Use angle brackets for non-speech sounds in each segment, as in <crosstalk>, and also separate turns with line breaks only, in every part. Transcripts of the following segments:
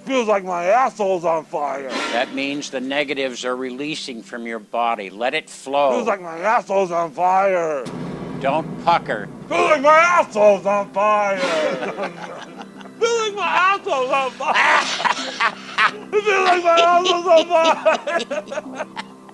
feels like my asshole's on fire.
That means the negatives are releasing from your body. Let it flow.
Feels like my asshole's on fire.
Don't pucker.
Feels like my asshole's on fire. feels like my asshole's on fire. feels like my asshole's on fire.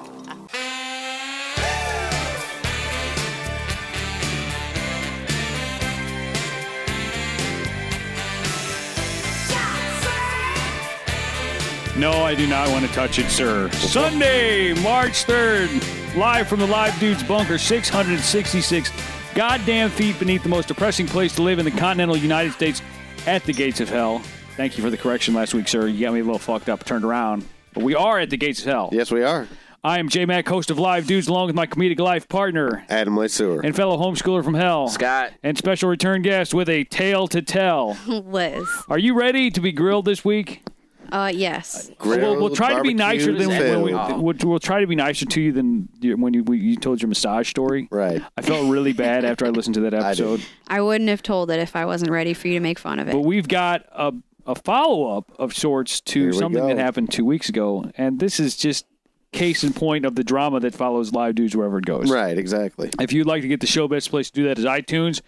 No, I do not want to touch it, sir. Sunday, March 3rd, live from the Live Dudes Bunker, 666 goddamn feet beneath the most depressing place to live in the continental United States at the gates of hell. Thank you for the correction last week, sir. You got me a little fucked up, turned around. But we are at the gates of hell.
Yes, we are.
I am J Mac, host of Live Dudes, along with my comedic life partner
Adam Lesueur.
and fellow homeschooler from hell,
Scott.
and special return guest with a tale to tell.
Liz.
Are you ready to be grilled this week?
Uh, yes.
We'll, we'll try to be nicer than when we,
Oh.
we'll, we'll try to be nicer to you than you- when you we, you told your massage story.
Right.
I felt really bad after I listened to
<laughs>
that episode.
I wouldn't have told it if I wasn't ready for you to make fun of
But
it.
we've got a a follow up of sorts
Here
to
we
something
go.
that happened two weeks ago, and this is just case in point of the drama that follows live dudes wherever it goes.
Right, exactly.
If you'd like to get the show, best place to do that is iTunes.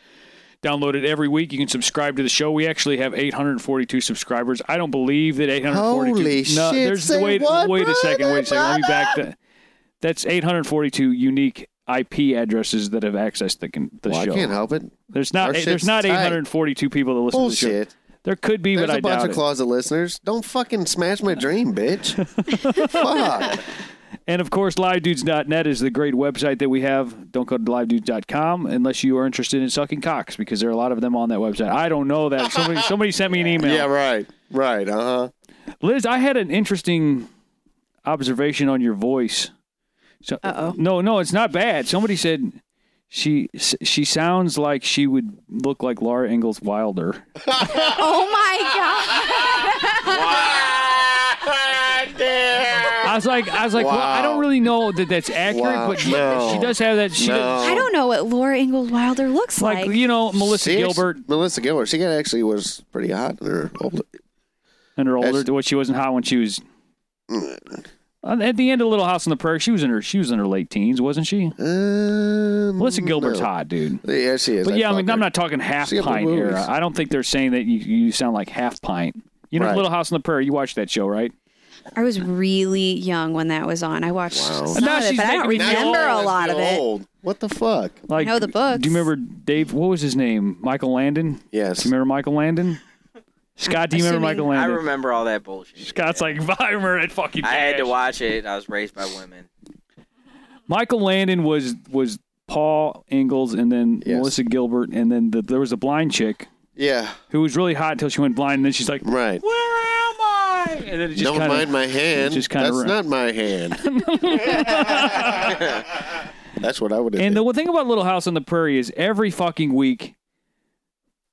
Download it every week. You can subscribe to the show. We actually have 842 subscribers. I don't believe that 842.
Holy
no,
shit,
There's
say
wait,
what,
wait a second.
brother,
Wait a second. Let me back
brother?
that. That's 842 unique IP addresses that have accessed the, con- the
Well, I
show.
can't help it.
There's not.
Our
There's
shit's
not
tight.
842 people that listen to the show.
Bullshit.
There could be,
There's
but I
a bunch
doubt
of
it.
closet listeners. Don't fucking smash my dream,
<laughs>
bitch. Fuck.
And of course, livedudes.net is the great website that we have. Don't go to livedudes.com unless you are interested in sucking cocks because there are a lot of them on that website. I don't know that.
<laughs>
Somebody, somebody sent me an email.
Yeah, right. Right. Uh huh.
Liz, I had an interesting observation on your voice. So,
Uh-oh.
No, no, it's not bad. Somebody said she she sounds like she would look like Laura Ingalls Wilder.
Oh
<laughs>
my god!
I was like, I was like, well, I
Wow.
don't really know that that's accurate,
Wow.
but
No.
she does have that. She
No.
does,
I don't know what Laura Ingalls Wilder looks
like
like.
you know Melissa
She ex-
Gilbert
Melissa Gilbert. She got- actually was pretty hot in her older.
and her older.
As-
What she wasn't hot when she was.
Mm.
Uh, At the end of Little House on the Prairie, she was in her she was in her late teens, wasn't she?
Um,
Melissa Gilbert's
no.
hot, dude.
Yeah, she is.
But yeah, I
fuck
mean,
her.
I'm not talking half
See, but
pint
movies.
here. I don't think they're saying that you, you sound like half pint. You know,
Right.
Little House on the Prairie. You watched that show, right?
I was really young when that was on. I watched some
Now
of it,
she's
but I don't
making me feel
remember
old.
a lot of it.
Old. What the fuck?
Like,
know the books.
Do you remember Dave? What was his name? Michael Landon. Do
Yes.
you remember Michael Landon? Scott, do you remember
Assuming-
Michael
I
Landon?
remember all that bullshit.
Scott's like, <laughs> I remember that fucking.
I had to
trash."
watch it. I was raised by women.
Michael Landon was was Paul Ingalls, and then
Yes.
Melissa Gilbert, and then the, there was a blind chick
Yeah.
who was really hot until she went blind, and then she's like,
Right.
and then it just
Don't
kinda-
mind my hand.
just kinda
That's
ru-
not
<laughs>
my hand. That's what I would have.
And the one thing about Little House on the Prairie is every fucking week,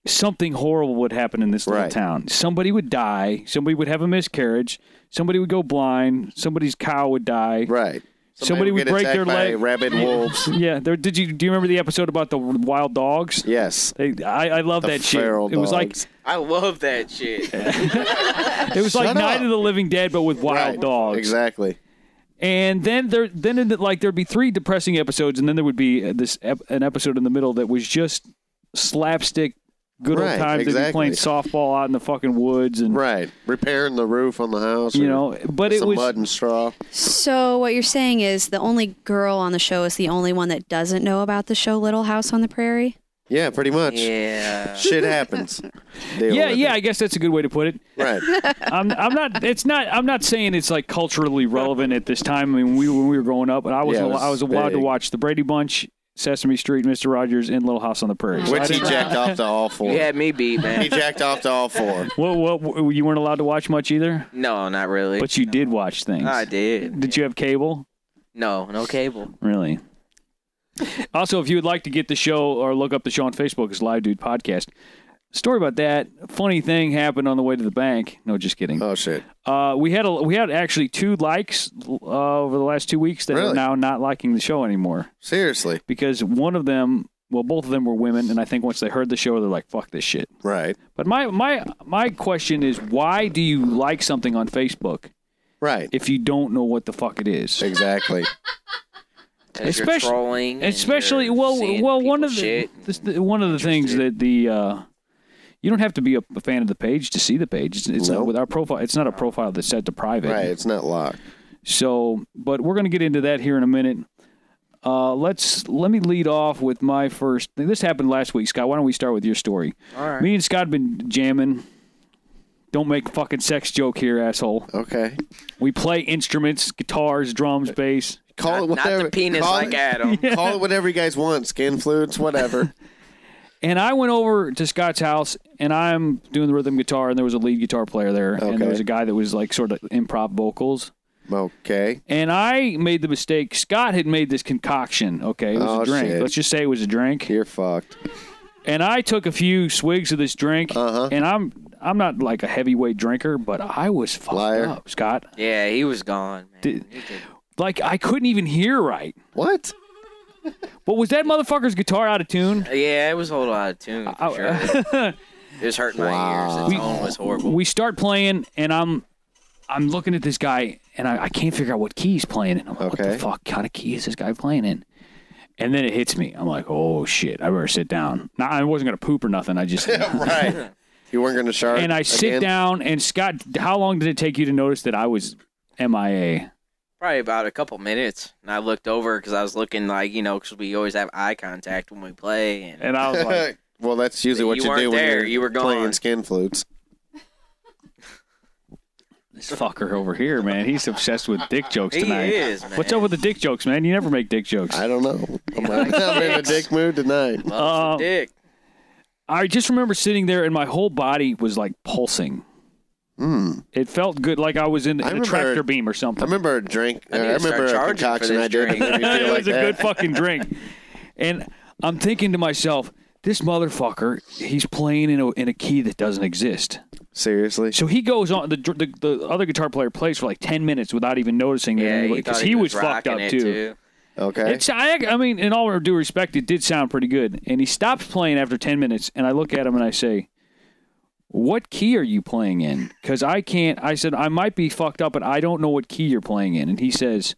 something horrible would happen in this little
Right.
town. Somebody would die. Somebody would have a miscarriage. Somebody would go blind. Somebody's cow would die.
right.
Somebody would
get
break
attacked
their
by
leg. <laughs>
Rabid wolves.
Yeah. There, did you do you remember the episode about the wild dogs?
yes.
They, I, I love
The
that shit.
feral
It was like
dogs.
I love that shit.
it was like
Shut
Night
up.
of the Living Dead, but with wild
Right.
dogs.
Exactly.
And then there, then in the, like there'd be three depressing episodes, and then there would be this ep- an episode in the middle that was just slapstick, good old
Right,
times. They'd be
exactly.
playing softball out in the fucking woods, and
Right. Repairing the roof on the house.
you
or
know. But it
some
was
mud and straw.
So what you're saying is the only girl on the show is the only one that doesn't know about the show Little House on the Prairie.
Yeah, pretty much.
Yeah.
Shit happens. Deal
yeah,
with
yeah. I
it.
guess that's a good way to put it. <laughs>
Right.
I'm, I'm not. It's not. I'm not saying it's like
<laughs>
culturally relevant at this time. I mean, we when we were growing up, and I was
Yeah, it
al-
was
I was allowed to
big.
watch The Brady Bunch, Sesame Street, Mister Rogers, and Little House on the Prairie. So I
Which he
didn't-
jacked off to all four.
You had me beat,
He
man.
jacked off to all four.
what, what, what you weren't allowed to watch much either,
<laughs> No, not really.
but you did watch things.
I did.
Did you have cable?
No, no cable.
Really? also, if you would like to get the show or look up the show on Facebook, it's Live Dude Podcast. Story about that funny thing happened on the way to the bank. No, just kidding.
Oh shit.
Uh, we had a, we had actually two likes uh, over the last two weeks that are
Really?
now not liking the show anymore
Seriously.
because one of them well, both of them were women, and I think once they heard the show, they're like, "Fuck this shit."
Right.
But my my my question is, why do you like something on Facebook
Right.
if you don't know what the fuck it is? <laughs>
exactly.
'Cause you're
Especially-
trolling. and
Especially,
you're
well,
seeing
well, one of
people's
the,
shit.
this- the- one of the things that
interested.
the uh, you don't have to be a, a fan of the page to see the page. It's, it's not
Nope.
with our profile. It's not a profile that's set to private.
Right. It's not locked.
So, but we're going to get into that here in a minute. Uh, let's let me lead off with my first. thing. This happened last week, Scott. Why don't we start with your story?
All right.
Me and Scott have been jamming. Don't make a fucking sex joke here, asshole.
Okay.
We play instruments, guitars, drums, bass.
Call it
Not-
whatever.
Not the penis
call
like
it,
Adam.
<laughs> Call it whatever you guys want. Skin flutes,
<laughs>
whatever.
And I went over to Scott's house, and I'm doing the rhythm guitar, and there was a lead guitar player there, and there
Okay.
was a guy that was like sort of improv vocals.
okay.
And I made the mistake. Scott had made this concoction. Okay, it was
Oh,
a drink.
shit.
Let's just say it was a drink.
You're fucked.
and I took a few swigs of this drink,
Uh-huh.
and I'm I'm not like a heavyweight drinker, but I was fucked
Liar.
up, Scott.
Yeah, he was gone, man.
Did-
He did-
Like I couldn't even hear right.
What?
But was that motherfucker's guitar out of tune?
yeah, it was a whole lot of tune. For
I-
sure. it
<laughs>
was hurting my ears. The
We-
tone was Oh, horrible.
We start playing, and I'm I'm looking at this guy, and I, I can't figure out what key he's playing. And I'm like, what
Okay.
the fuck kind of key is this guy playing in? And then it hits me. I'm like, oh shit, I better sit down. Now I wasn't gonna poop or nothing. I
<laughs>
just
right. You weren't going to shard.
and I sit
again?
down. And Scott, how long did it take you to notice that I was MIA?
Probably about a couple minutes, and I looked over because I was looking like you know because we always have eye contact when we play, and
And I was
<laughs>
like,
well, that's usually what
You
you,
weren't
do when
there.
you're
You were
playing
gone.
skin flutes.
this fucker over here, man, he's obsessed with dick jokes
He
tonight.
is, man.
What's up with the dick jokes, man? You never make dick jokes.
I don't know.
<laughs>
I'm, I'm in a dick mood tonight.
uh,
loves the dick.
I just remember sitting there and my whole body was like pulsing. Mm. It felt good, like I was in, in
Hmm. I
a
remember-
tractor beam or
I
something.
remember a drink. I,
need to start
remember a
charging for
concoction
this
I did. <laughs>
drink.
that made me feel
it
like
was a
that. <laughs>
good fucking drink. And I'm thinking to myself, this motherfucker, he's playing in a, in a key that doesn't exist.
Seriously.
So he goes on. The, dr- the the other guitar player plays for like ten minutes without even noticing. that
Yeah,
anybody-
because
he, was, fucked up
Okay.
It's, I, I mean, in all due respect, it did sound pretty good. And he stops playing after 10 minutes, and I look at him and I say, What key are you playing in? Because I can't. I said, I might be fucked up, but I don't know what key you're playing in. And he says,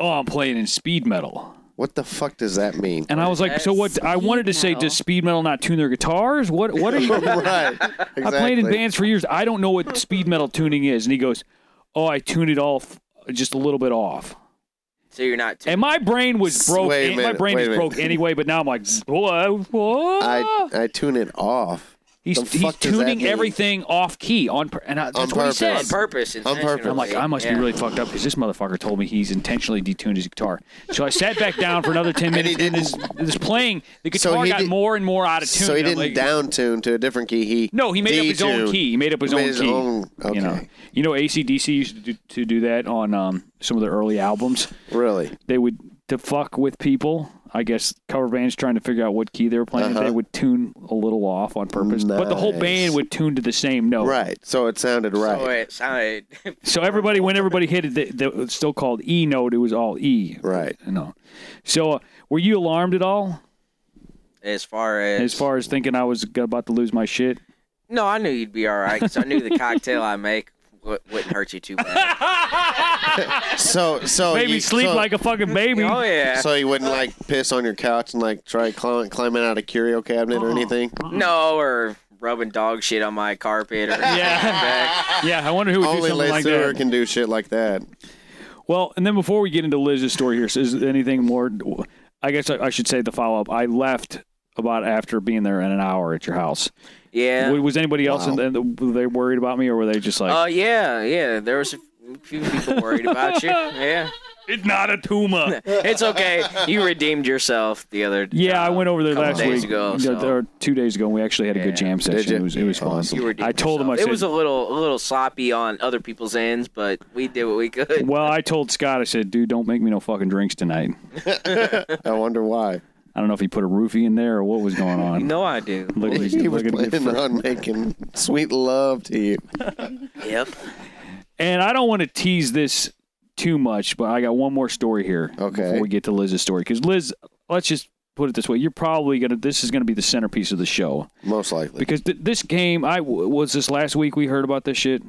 Oh, I'm playing in speed metal.
What the fuck does that mean?
<laughs>
And I was like, So what? I wanted to say,
metal?
Does speed metal not tune their guitars? What, what are you.
right. <laughs> Exactly.
I played in bands for years. I don't know what speed metal tuning is. And he goes, Oh, I tune it off just a little bit off.
So you're not too.
And my brain was broke.
Wait a
my
minute,
brain
wait
was
a minute.
broke anyway, but now I'm like, what? what?
I, I tune it off.
he's
the
he's
fuck does that
tuning
mean?
everything off key on, pur- and I, that's what he
purpose.
said.
on purpose.
On purpose.
intentionally.
I'm like, I must
Yeah.
be really fucked up because this motherfucker told me he's intentionally detuned his guitar. So I sat back down for another
<laughs>
ten minutes, and, this, this playing the
So
guitar
he
got
did-
more and more out of tune.
So he
and I'm
didn't
like-
down tune to a different key. He
No, he made up his own
detuned.
key. He made up his
Made
own
his
key.
own-
You know,
okay.
you know, ACDC used to do, to do that on um, some of their early albums.
Really?
they would to fuck with people. I guess cover bands trying to figure out what key they were playing. They would tune a little off on purpose, but the whole
Uh-huh. Nice.
band would tune to the same note.
Right. So it sounded right.
So it sounded.
So everybody, when everybody hit it, the, the it's still called E note. It was all E.
Right.
You know. So uh, were you alarmed at all
<laughs> as far as
as far as thinking I was g- about to lose my shit?
No, I knew you'd be all right because I knew the cocktail I make w- wouldn't hurt you
<laughs>
too bad.
So so
Baby,
Oh, you,
sleep
so,
like a
<laughs>
fucking baby.
oh yeah.
So you wouldn't like piss on your couch and like try climb, climbing out a curio cabinet
Uh-huh.
or anything.
no, or rubbing dog shit on my carpet or
Yeah. <laughs> yeah. I wonder who would do
Only
something like
Lesueur
that.
can do shit like that.
Well, and then before we get into Liz's story here, so is there anything more? I guess I, I should say the follow up. I left about after being there in an hour at your house.
Yeah.
Was, was anybody else in
Wow.
the, were they worried about me, or were they just like,
Oh yeah, yeah. There was a few people worried about you. Yeah.
"It's not a
<laughs>
tumor"?
It's okay. You redeemed yourself the other.
yeah, I
uh,
went over there
couple
last
days
week,
ago,
yeah,
so-
or two days ago, and we actually had a good jam session.
you?
It was it was fun.
You redeemed
I told them I
yourself.
said,
it was a little, a little sloppy on other people's ends, but we did what we
<laughs>
could.
"Well, I told Scott, I said, dude, don't make me no fucking drinks tonight."
I wonder why.
I don't know if he put a roofie in there or what was going
You <laughs>
on.
know I do.
Look at
He was
look at good
planning on making sweet love to you.
Yep.
And I don't want to tease this too much, but I got one more story here
Okay.
before we get to Liz's story. Because Liz, let's just put it this way: you're probably gonna. This is gonna be the centerpiece of the show
Most likely.
because th- this game. I w- was this last week. We heard about this shit.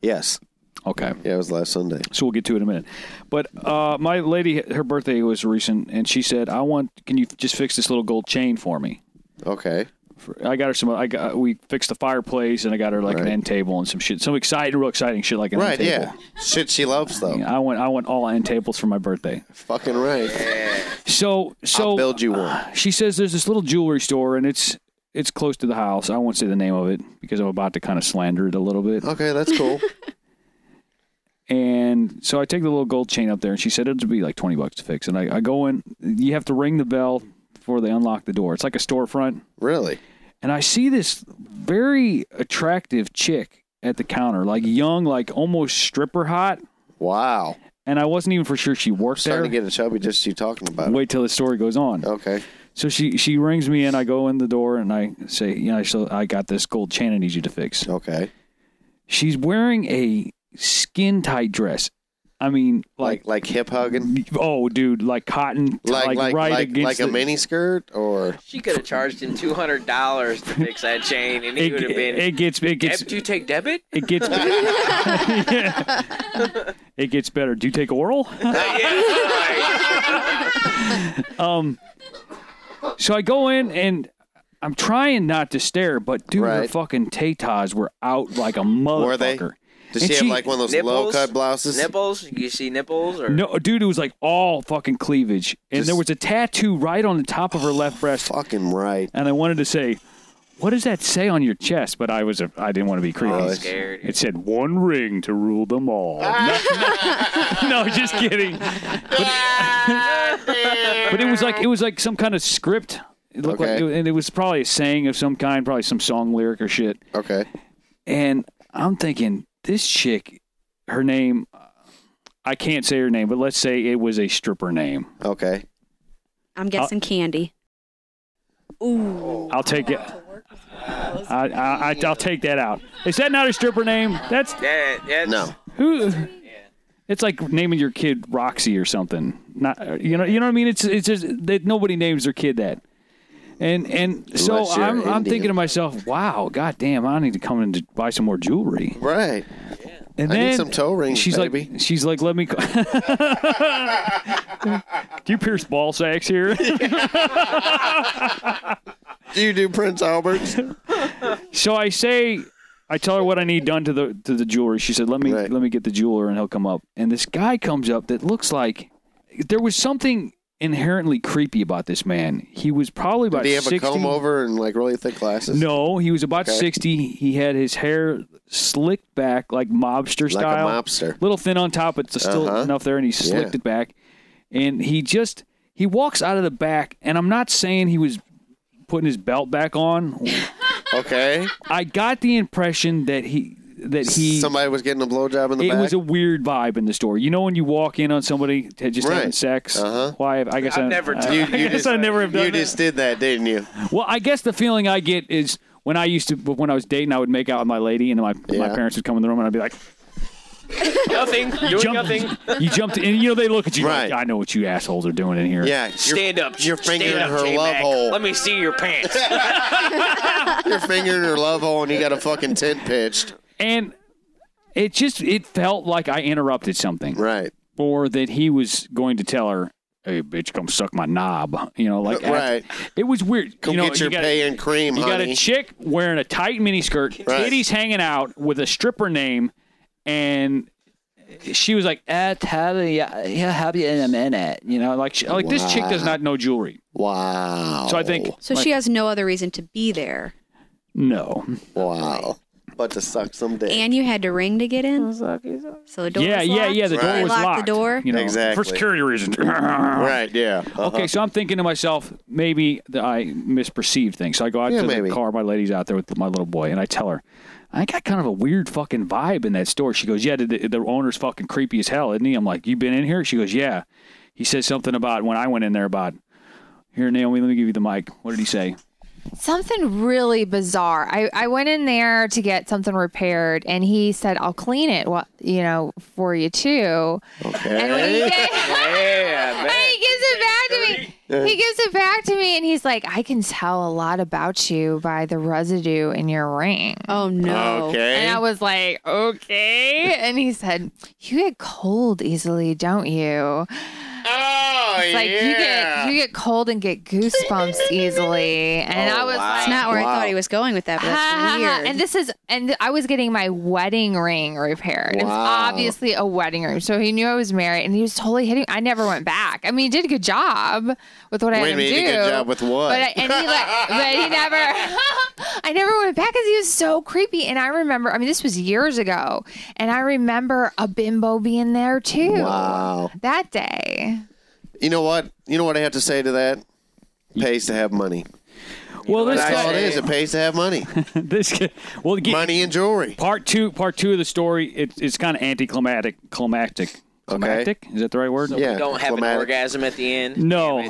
yes.
Okay.
Yeah, it was last Sunday.
So we'll get to it in a minute. But uh, my lady, her birthday was recent, and she said, "I want. Can you just fix this little gold chain for me?"
Okay.
For, I got her some. I got we fixed the fireplace, and I got her like an
Right.
end table and some shit, some exciting, real exciting shit like an
Right,
end
yeah.
table.
Shit she loves though.
I want I want all end tables for my birthday.
Fucking right.
So so uh,
I'll build you one.
she says there's this little jewelry store, and it's it's close to the house. I won't say the name of it because I'm about to kind of slander it a little bit.
Okay, that's
<laughs>
cool.
And so I take the little gold chain up there, and she said it'll be like 20 bucks to fix. And I, I go in, you have to ring the bell before they unlock the door. It's like a storefront.
really?
And I see this very attractive chick at the counter, like young, like almost stripper hot.
Wow.
And I wasn't even for sure she worked there.
Starting to get a chubby just you talking about it.
Wait till the story goes on.
Okay.
So she she rings me in. I go in the door and I say, you know, so I got this gold chain I need you to fix.
Okay.
She's wearing a skin tight dress. I mean,
Like like hip hugging?
Oh, dude, like cotton, t-
Like like
right
like,
against
like a
the-
mini skirt or
She could have charged him two hundred dollars to fix that chain, and he
It,
would have been.
it gets it
"Deb,
gets
do you take debit?
it
<laughs>
gets Yeah. it gets better. Do you take oral? <laughs> um, so I go in and I'm trying not to stare, but dude, her
Right.
fucking tatas were out like a motherfucker.
they? does
And
she,
she-
have like one of those
Nipples?
low cut blouses?
Nipples? You see nipples or
No, dude, it was like all fucking cleavage, and
Just-
there was a tattoo right on the top of her left breast.
Fucking right.
and I wanted to say, "What does that say on your chest?" But I was a, I didn't want to be creepy.
Oh,
scared.
It said one ring to rule them all. <laughs> no, no, just kidding. But, but <laughs> it was like it was like some kind of script. It looked
Okay.
like, and it was probably a saying of some kind, probably some song lyric or shit.
Okay.
And I'm thinking, this chick, her name, I can't say her name, but let's say it was a stripper name.
Okay.
Uh,
I'm guessing candy. Ooh.
I'll take it. I, I, I, I'll take that out. Is that not a stripper name? That's
Yeah, that's,
No.
Who? It's like naming your kid Roxy or something. Not you know you know what I mean. It's it's just that nobody names their kid that. And and so
Unless you're
I'm I'm
Indian.
thinking to myself, wow, goddamn, I need to come in to buy some more jewelry.
Right.
And
I need
then
some toe rings,
She's
baby.
like she's like, let me. <laughs> Co- Do you pierce ball sacks
<laughs>
here?
Do you do
<laughs>
Prince Albert's?
So I say, I tell her what I need done to the to the jewelry. She said, "Let me
Right.
let me get the jeweler, and he'll come up." And this guy comes up that looks like there was something inherently creepy about this man. He was probably about
Do you have
60.
a comb over and like really thick glasses?
No, he was about
Okay.
sixty. He had his hair slicked back like mobster
Like
style,
a mobster.
little thin on top, but still
Uh-huh.
enough there, and he slicked
Yeah.
it back. And he just he walks out of the back, and I'm not saying he was putting his belt back on.
Okay.
I got the impression that he that he
Somebody was getting a blowjob in the
it
back.
was a weird vibe in the store. You know when you walk in on somebody t- just having
Right.
sex.
Uh-huh.
Why? I guess
I've
I
never
I- <laughs>
done
I
that.
guess I never have done
You
that.
just did that, didn't you?
Well, I guess the feeling I get is when I used to when I was dating, I would make out with my lady, and my my
Yeah.
parents would come in the room, and I'd be like,
nothing. Doing
"Jump!"
nothing.
you jumped, and you know they look at you like,
Right.
"I know what you assholes are doing in here."
Yeah. Your,
Stand up.
Your finger
Stand
in
up,
her
J-Mac.
love hole.
Let me see your pants.
your finger in her love hole, and you got a fucking tent pitched.
and it just it felt like I interrupted something.
Right.
or that he was going to tell her, "Hey, bitch, come suck my knob." You know, like
Right.
It was weird.
Come
you know,
get your
you got,
pay and cream,
You got
honey.
a chick wearing a tight miniskirt,
Right.
titties hanging out, with a stripper name, and she was like, "Eh, tell yeah, he'll have you in a minute." You know, like she, like this chick does
Wow. Oh.
not know jewelry,
wow.
so I think
So
like,
she has no other reason to be there.
no.
Wow. But to suck some dick.
And you had to ring to get in. So the door
Yeah,
was
yeah,
locked.
yeah. The door
Right.
was
Lock the
locked.
door.
You know,
Exactly.
for security reasons. <laughs>
right. Yeah. Uh-huh.
Okay, so I'm thinking to myself, maybe that I misperceived things. So I go out
Yeah,
to
maybe.
the car, my lady's out there with my little boy, and I tell her, I got kind of a weird fucking vibe in that store. She goes, Yeah, the, the owner's fucking creepy as hell, isn't he? I'm like, You been in here? She goes, Yeah. He says something about when I went in there about, Here, Naomi, let me give you the mic. What did he say?
Something really bizarre. I, I went in there to get something repaired, and he said, "I'll clean it, well, you know, for you too."
Okay.
And when he, gave,
<laughs> yeah,
and
man.
he gives it back to me, He gives it back to me and he's like, I can tell a lot about you by the residue in your ring.
Oh no.
And I was like, okay. And he said, You get cold easily, don't you?
Oh,
It's like you get you get cold and get goosebumps easily. And
Oh,
I was
wow.
like,
That's not where I thought he was going with that, but that's weird.
and this is and I was getting my wedding ring repaired. It was
Wow.
obviously a wedding ring, so he knew I was married, and he was totally hitting. I never went back. I mean, he did a good job with what I
Wait
had
a minute,
him do.
you did a good job with what?
But I, and he
<laughs>
like, but he never. <laughs> I never went back because he was so creepy. And I remember, I mean, this was years ago, and I remember a bimbo being there too
Wow.
that day.
You know what? You know what I have to say to that? Pays to have money.
Well, this
That's all
guy,
it is. It pays to
<laughs>
have money.
this guy, well, get,
money and jewelry.
part two, part two of the story. It, it's kind of anticlimactic, climactic, climactic. Is that the right word?
Yeah.
Don't have an
Climatic.
orgasm at the end.
No,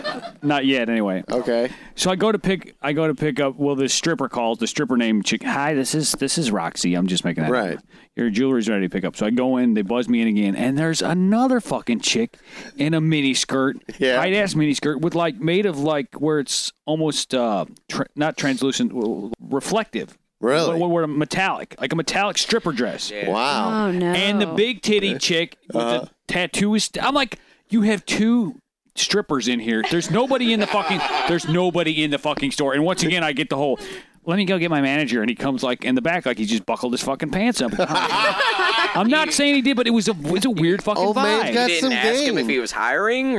<laughs> not yet. Anyway,
Okay.
so I go to pick. I go to pick up. Well, this stripper calls. The stripper name. Chick, Hi, this is this is Roxy. I'm just making that.
Right.
up. Your jewelry's ready to pick up. So I go in. They buzz me in again, and there's another fucking chick in a mini skirt.
Yeah.
Tight ass mini skirt with like made of like where it's almost uh tra- not translucent, well, reflective.
Really?
What, what word? Metallic, like a metallic stripper dress.
Wow.
oh no.
And the big titty chick with the tattoo is. I'm like, you have two strippers in here. There's nobody in the fucking. There's nobody in the fucking store. And once again, I get the whole. Let me go get my manager, and he comes like in the back, like he just buckled his fucking pants up. I'm not saying he did, but it was a it was a weird fucking
Old man's
vibe.
got- That's
You didn't
some
ask him
game.
if he was hiring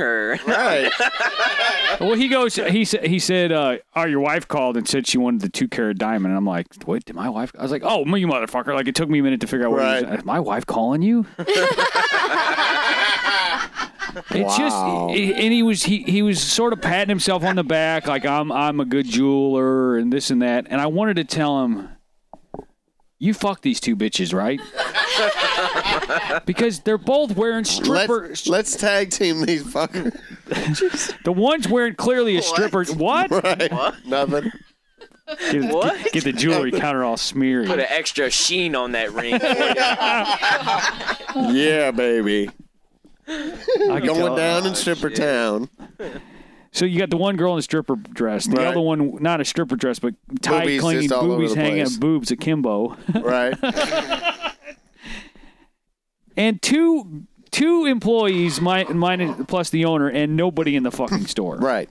<laughs>
or.
Oh,
<laughs>
Right.
well, he goes, he said, he said, uh, oh, your wife called and said she wanted the two carat diamond, and I'm like, what? Did my wife? I was like, oh, you motherfucker! Like it took me a minute to figure out what he was-
Right.
is my wife calling you. It's
Wow.
just, and he was he, he was sort of patting himself on the back, like I'm I'm a good jeweler and this and that. And I wanted to tell him, you fuck these two bitches, right? because they're both wearing stripper.
Let's, let's tag team these fuckers.
the one's wearing clearly a stripper. What?
Nothing.
<laughs> Get,
What?
Get, get the jewelry counter all smeary.
Put an extra sheen on
<laughs>
that ring.
Yeah, baby.
I can
Going
tell.
down in stripper town.
So you got the one girl in a stripper dress, the
Right.
other one not a stripper dress, but tight,
Boobies
clinging
just all over
boobies
the
hanging,
place.
out, boobs akimbo. <laughs>
Right.
and two two employees, my, mine plus the owner, and nobody in the
<laughs>
fucking store.
Right.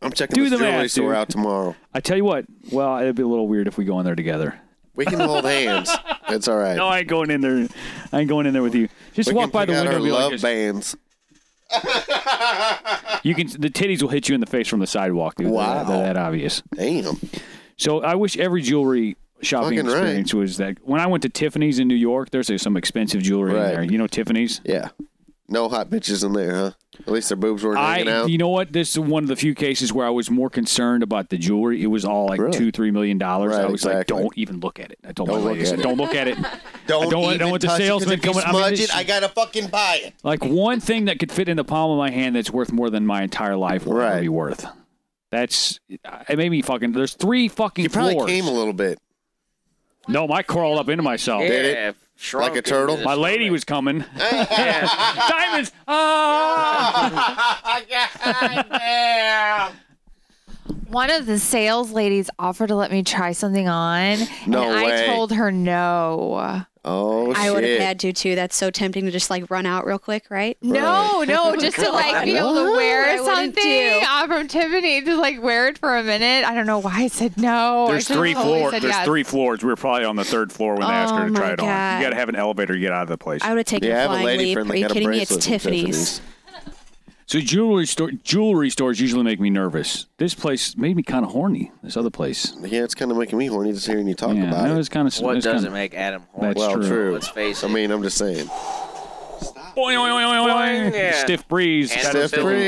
I'm checking
Do
this
the
jewelry
math,
store
dude.
out tomorrow.
I tell you what, well, it'd be a little weird if we go in there together.
We can hold hands. It's all right.
No, I ain't going in there. I ain't going in there with you. Just
we
walk
can
by the
pick out
window.
our
and be like
love
this.
bands.
you can. The titties will hit you in the face from the sidewalk, dude. They're that-
Wow.
they're that obvious.
Damn.
So I wish every jewelry shopping
Fucking right.
experience was that. When I went to Tiffany's in New York, there's like, some expensive jewelry
Right.
in there. You know Tiffany's.
Yeah. No hot bitches in there, huh? At least their boobs weren't hanging
I,
out.
you know what? This is one of the few cases where I was more concerned about the jewelry. It was all like
Really?
two, three million dollars.
Right,
I was
exactly.
like, don't even look at it. I told
Don't
my
look
lady, I said,
at it.
don't look at
<laughs>
it. I don't want- I
even
don't want the
touch it, 'cause
salesman
if you
coming- I mean,
Smudge
this-
it, I gotta fucking buy it.
Like one thing that could fit in the palm of my hand that's worth more than my entire life would ever
Right.
be worth. That's it made me fucking. There's three fucking
You probably
floors.
came a little bit.
no, I crawled up into myself.
Did it?
Yeah, shrunk
Like a
into
turtle?
the
My lady was
<laughs>
coming. <laughs> Diamonds. Ah!
One of the sales ladies offered to let me try something on,
No
and
way.
I told her no.
Oh
I would have
shit!
had to too. That's so tempting to just like run out real quick, right? <laughs> Oh
No, no, just to like be able to
What?
wear
I wouldn't
something
do.
uh, from Tiffany <laughs> to like wear it for a minute. I don't know why I said no. I
There's
should've
three
totally
floors.
said
There's
yes.
three floors. We were probably on the third floor when they asked her
Oh
to try
my
it on.
God.
You got to have an elevator to get out of the place.
I would have taken
Yeah, I
a
have a
flying
lady
leap.
friend
Are
that
you
got a
kidding me? It's
bracelet from
Tiffany's.
Tiffany's.
So jewelry store jewelry stores usually make me nervous. This place made me kind of horny. This other place,
Yeah, it's kind of making me horny just hearing you talk
yeah,
about
that
it.
was kind of
What doesn't make Adam horny?
That's
well,
true.
true.
Let's face
I
it.
mean, I'm just saying.
Boing, boing, boing, boing, boing.
Yeah.
Stiff breeze.
And
Got
stiff
a
Steph
Still-
stiff-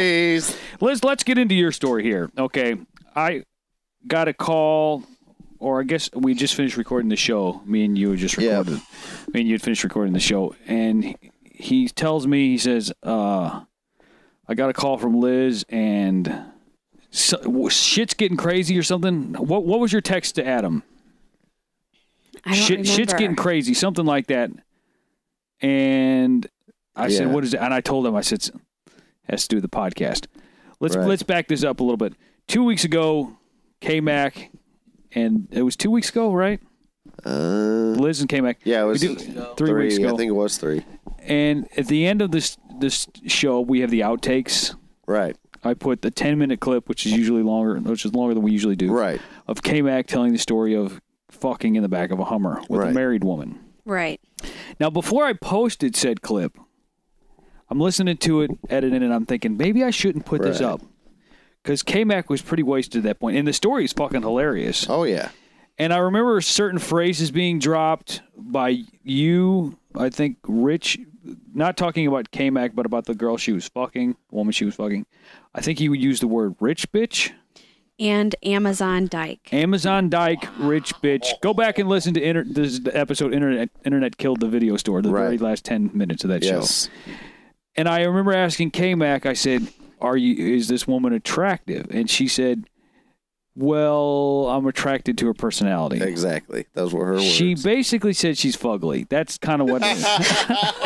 Breeze.
Liz, let's get into your story here. Okay, I got a call, or I guess we just finished recording the show. Me and you had just
Yeah.
recorded. Me and you had finished recording the show, and he, he tells me he says, uh, "I got a call from Liz, and so, w- shit's getting crazy or something." What What was your text to Adam?
I don't
Shit, shit's
remember.
getting crazy, something like that. And I said,
Yeah.
"What is it?" And I told him, I said, has to do with the podcast. Let's
Right.
let's back this up a little bit. Two weeks ago, K Mac, and it was two weeks ago, right?
Uh,
Liz and K Mac.
yeah, it
We
was
do-
three,
three, weeks ago.
I think it was three.
And at the end of this this show, we have the outtakes.
Right.
I put the ten minute clip, which is usually longer, which is longer than we usually do,
Right.
Of K Mac telling the story of fucking in the back of a Hummer with a
Right.
married woman.
Right.
Now, before I posted said clip, I'm listening to it, editing, it, and I'm thinking maybe I shouldn't put this
Right.
up because K Mac was pretty wasted at that point, and the story is fucking hilarious.
Oh yeah.
And I remember certain phrases being dropped by you, I think Rich, not talking about K Mac, but about the girl she was fucking, woman she was fucking. I think you would use the word rich bitch,
And Amazon
<laughs>
Dyke.
Amazon Dyke, rich bitch. Go back and listen to inter- this is the episode Internet Internet Killed the Video Store, the
Right.
very last 10 minutes of that show.
Yes.
And I remember asking K Mac, I said, Are you is this woman attractive? And she said, Well, I'm attracted to her personality.
Exactly. Those were her words.
She basically said she's fugly. That's kind of what.
<laughs>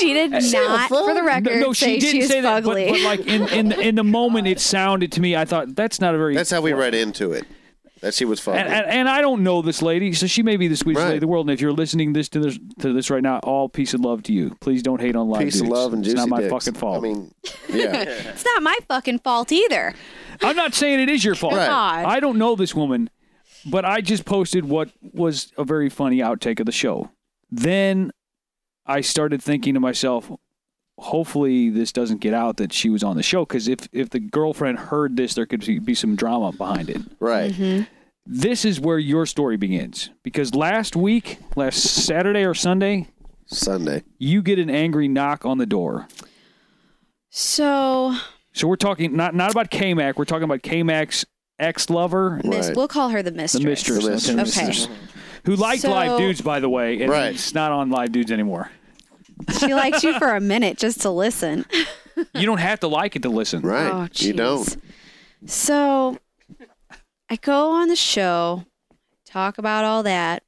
It is.
She did not, for the record,
no,
say
she didn't
is
say that. But,
fugly.
but like in in the, in the
<laughs>
moment, it sounded to me. I thought that's not a very.
That's how we read into it. That she was fucking.
and, and, and I don't know this lady, so she may be the sweetest
Right.
lady in the world. And if you're listening this to this to this right now, all peace and love to you. Please don't hate on live
Peace of
dudes.
love and juicy
It's not my
dicks.
fucking fault.
I mean, yeah.
it's not my fucking fault either.
I'm not saying it is your fault.
Right.
God.
I don't know this woman, but I just posted what was a very funny outtake of the show. Then I started thinking to myself, hopefully this doesn't get out that she was on the show because if if the girlfriend heard this, there could be- be some drama behind it.
right.
This is where your story begins because last week, last Saturday or Sunday,
Sunday.
you get an angry knock on the door.
So,
So we're talking not not about K Mac. We're talking about K Mac's ex lover.
miss,
Right.
we'll call her the mistress.
The mistress.
The
Lieutenant
mistress.
Mistress. Who liked
So-
live dudes, by the way, and
Right.
it's not on live dudes anymore.
She liked you for a minute just to listen.
You don't have to like it to listen.
Right.
Oh,
you don't.
jeez. So, I go on the show, talk about all that.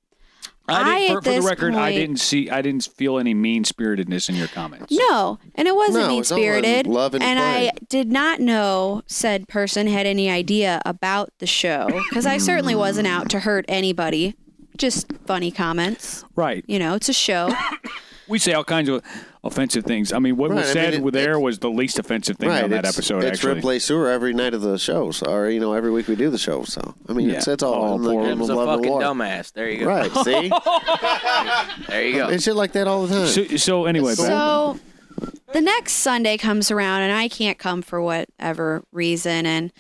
I didn't,
I,
for,
at
for the
this
record, I
point-
didn't see, I didn't feel any mean spiritedness in your comments.
No, and it wasn't
No,
mean
it's all in
spirited.
love and
I
play.
did not know said person had any idea about the show because I certainly wasn't out to hurt anybody. Just funny comments.
Right.
You know, it's a show.
We say all kinds of offensive things. I mean, what
Right,
was
I
said
mean, it-
there
it's-
was the least offensive thing
right.
on that
it's,
episode,
It's
actually.
replay sewer every night of the show. So, or you know, every week we do the show. So I mean,
Yeah.
it's, it's all
Oh,
in the
poor
game
Jim's
of
a
love and
fucking
war.
dumbass. There you go.
Right.
<laughs>
See,
There you go.
it's shit like that all the time.
So, so anyway, back-
so the next Sunday comes around and I can't come for whatever reason. And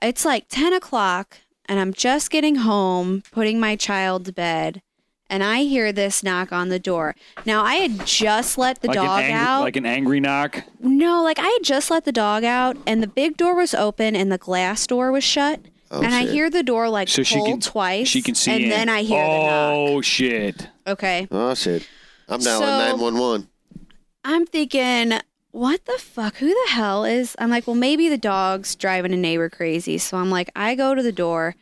it's like 10 o'clock and I'm just getting home, putting my child to bed. And I hear this knock on the door. Now I had just let the
like,
dog
an angry,
out.
like an angry knock.
No, like I had just let the dog out, and the big door was open, and the glass door was shut.
Oh,
and I
shit.
hear the door like
So
pull
she can
twice.
She can see,
and
in.
then I hear
Oh
the knock.
shit!
Okay,
oh shit. I'm
So-
dialing nine one one.
I'm thinking, what the fuck? Who the hell is? I'm like, well, maybe the dog's driving a neighbor crazy. So I'm like, I go to the door,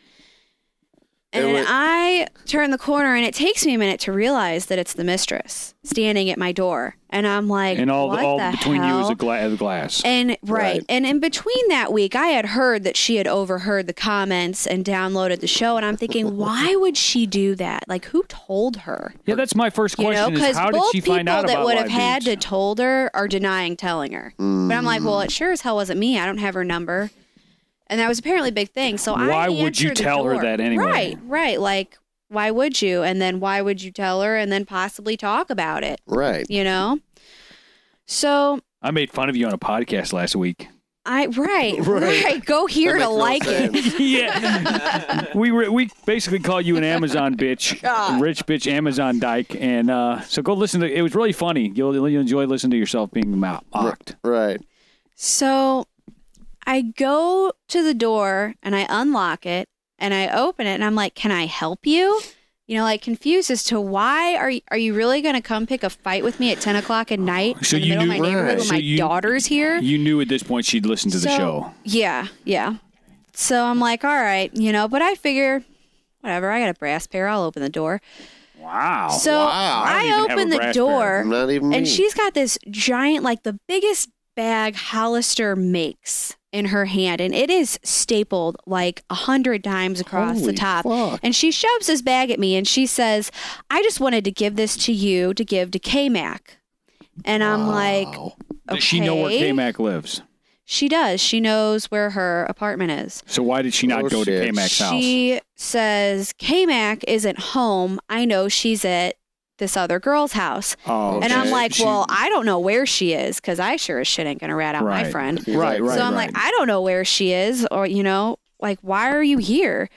and
went-
I turn the corner, and it takes me a minute to realize that it's the mistress standing at my door, and I'm like,
And all
what
all
the
between you is
hell?
a gla- the glass.
And right.
Right.
And in between that week, I had heard that she had overheard the comments and downloaded the show. And I'm
<laughs>
thinking, why would she do that? Like, who told her?
yeah, that's my first
You know,
question: is
because
how did
both
she
people
find out
that
about
would have
live
had
dudes?
to told her are denying telling her. But I'm like, well, it sure as hell wasn't me. I don't have her number. And that was apparently a big thing. So I
Why would you
answered the
tell her
door.
that anyway?
Right, right. Like, why would you? And then why would you tell her? And then possibly talk about it.
Right.
You know. So
I made fun of you on a podcast
<laughs>
last week.
I right,
Right.
right. Go here
That
to
makes no
like it.
<laughs>
sense.
yeah, we re- we basically call you an
<laughs>
Amazon bitch, rich bitch Amazon dyke, and uh, so go listen to. It was really funny. You'll, you'll enjoy listening to yourself being mo- mocked.
Right.
So I go to the door and I unlock it and I open it and I'm like, "Can I help you?" You know, like confused as to why are you, are you really going to come pick a fight with me at ten o'clock at night
So
in the
you
middle
knew-
of my neighborhood
right.
when
So
my
you-
daughter's here?
You knew at this point she'd listen to the
So-
show.
Yeah, yeah. So I'm like, "All right," you know, but I figure, whatever. I got a brass pair. I'll open the door.
Oh, Wow.
So
wow.
I,
I don't even have a
open the
brass pair.
door.
Not even
and
me.
she's got this giant like the biggest bag Hollister makes in her hand, and it is stapled like a hundred times across the
Holy
top.
fuck.
And she shoves this bag at me, and she says, "I just wanted to give this to you to give to K Mac." And I'm like, okay.
Does she know where K Mac lives?
She does. She knows where her apartment is.
So why did she not go to
Bullshit.
K Mac's house?
She says K Mac isn't home. I know she's at this other girl's house.
Oh,
And I'm
Okay.
like,
She-
well, I don't know where she is because I sure as shit ain't going to rat out
Right.
my friend.
right, right.
so I'm
right.
like, I don't know where she is or, you know, like, why are you here?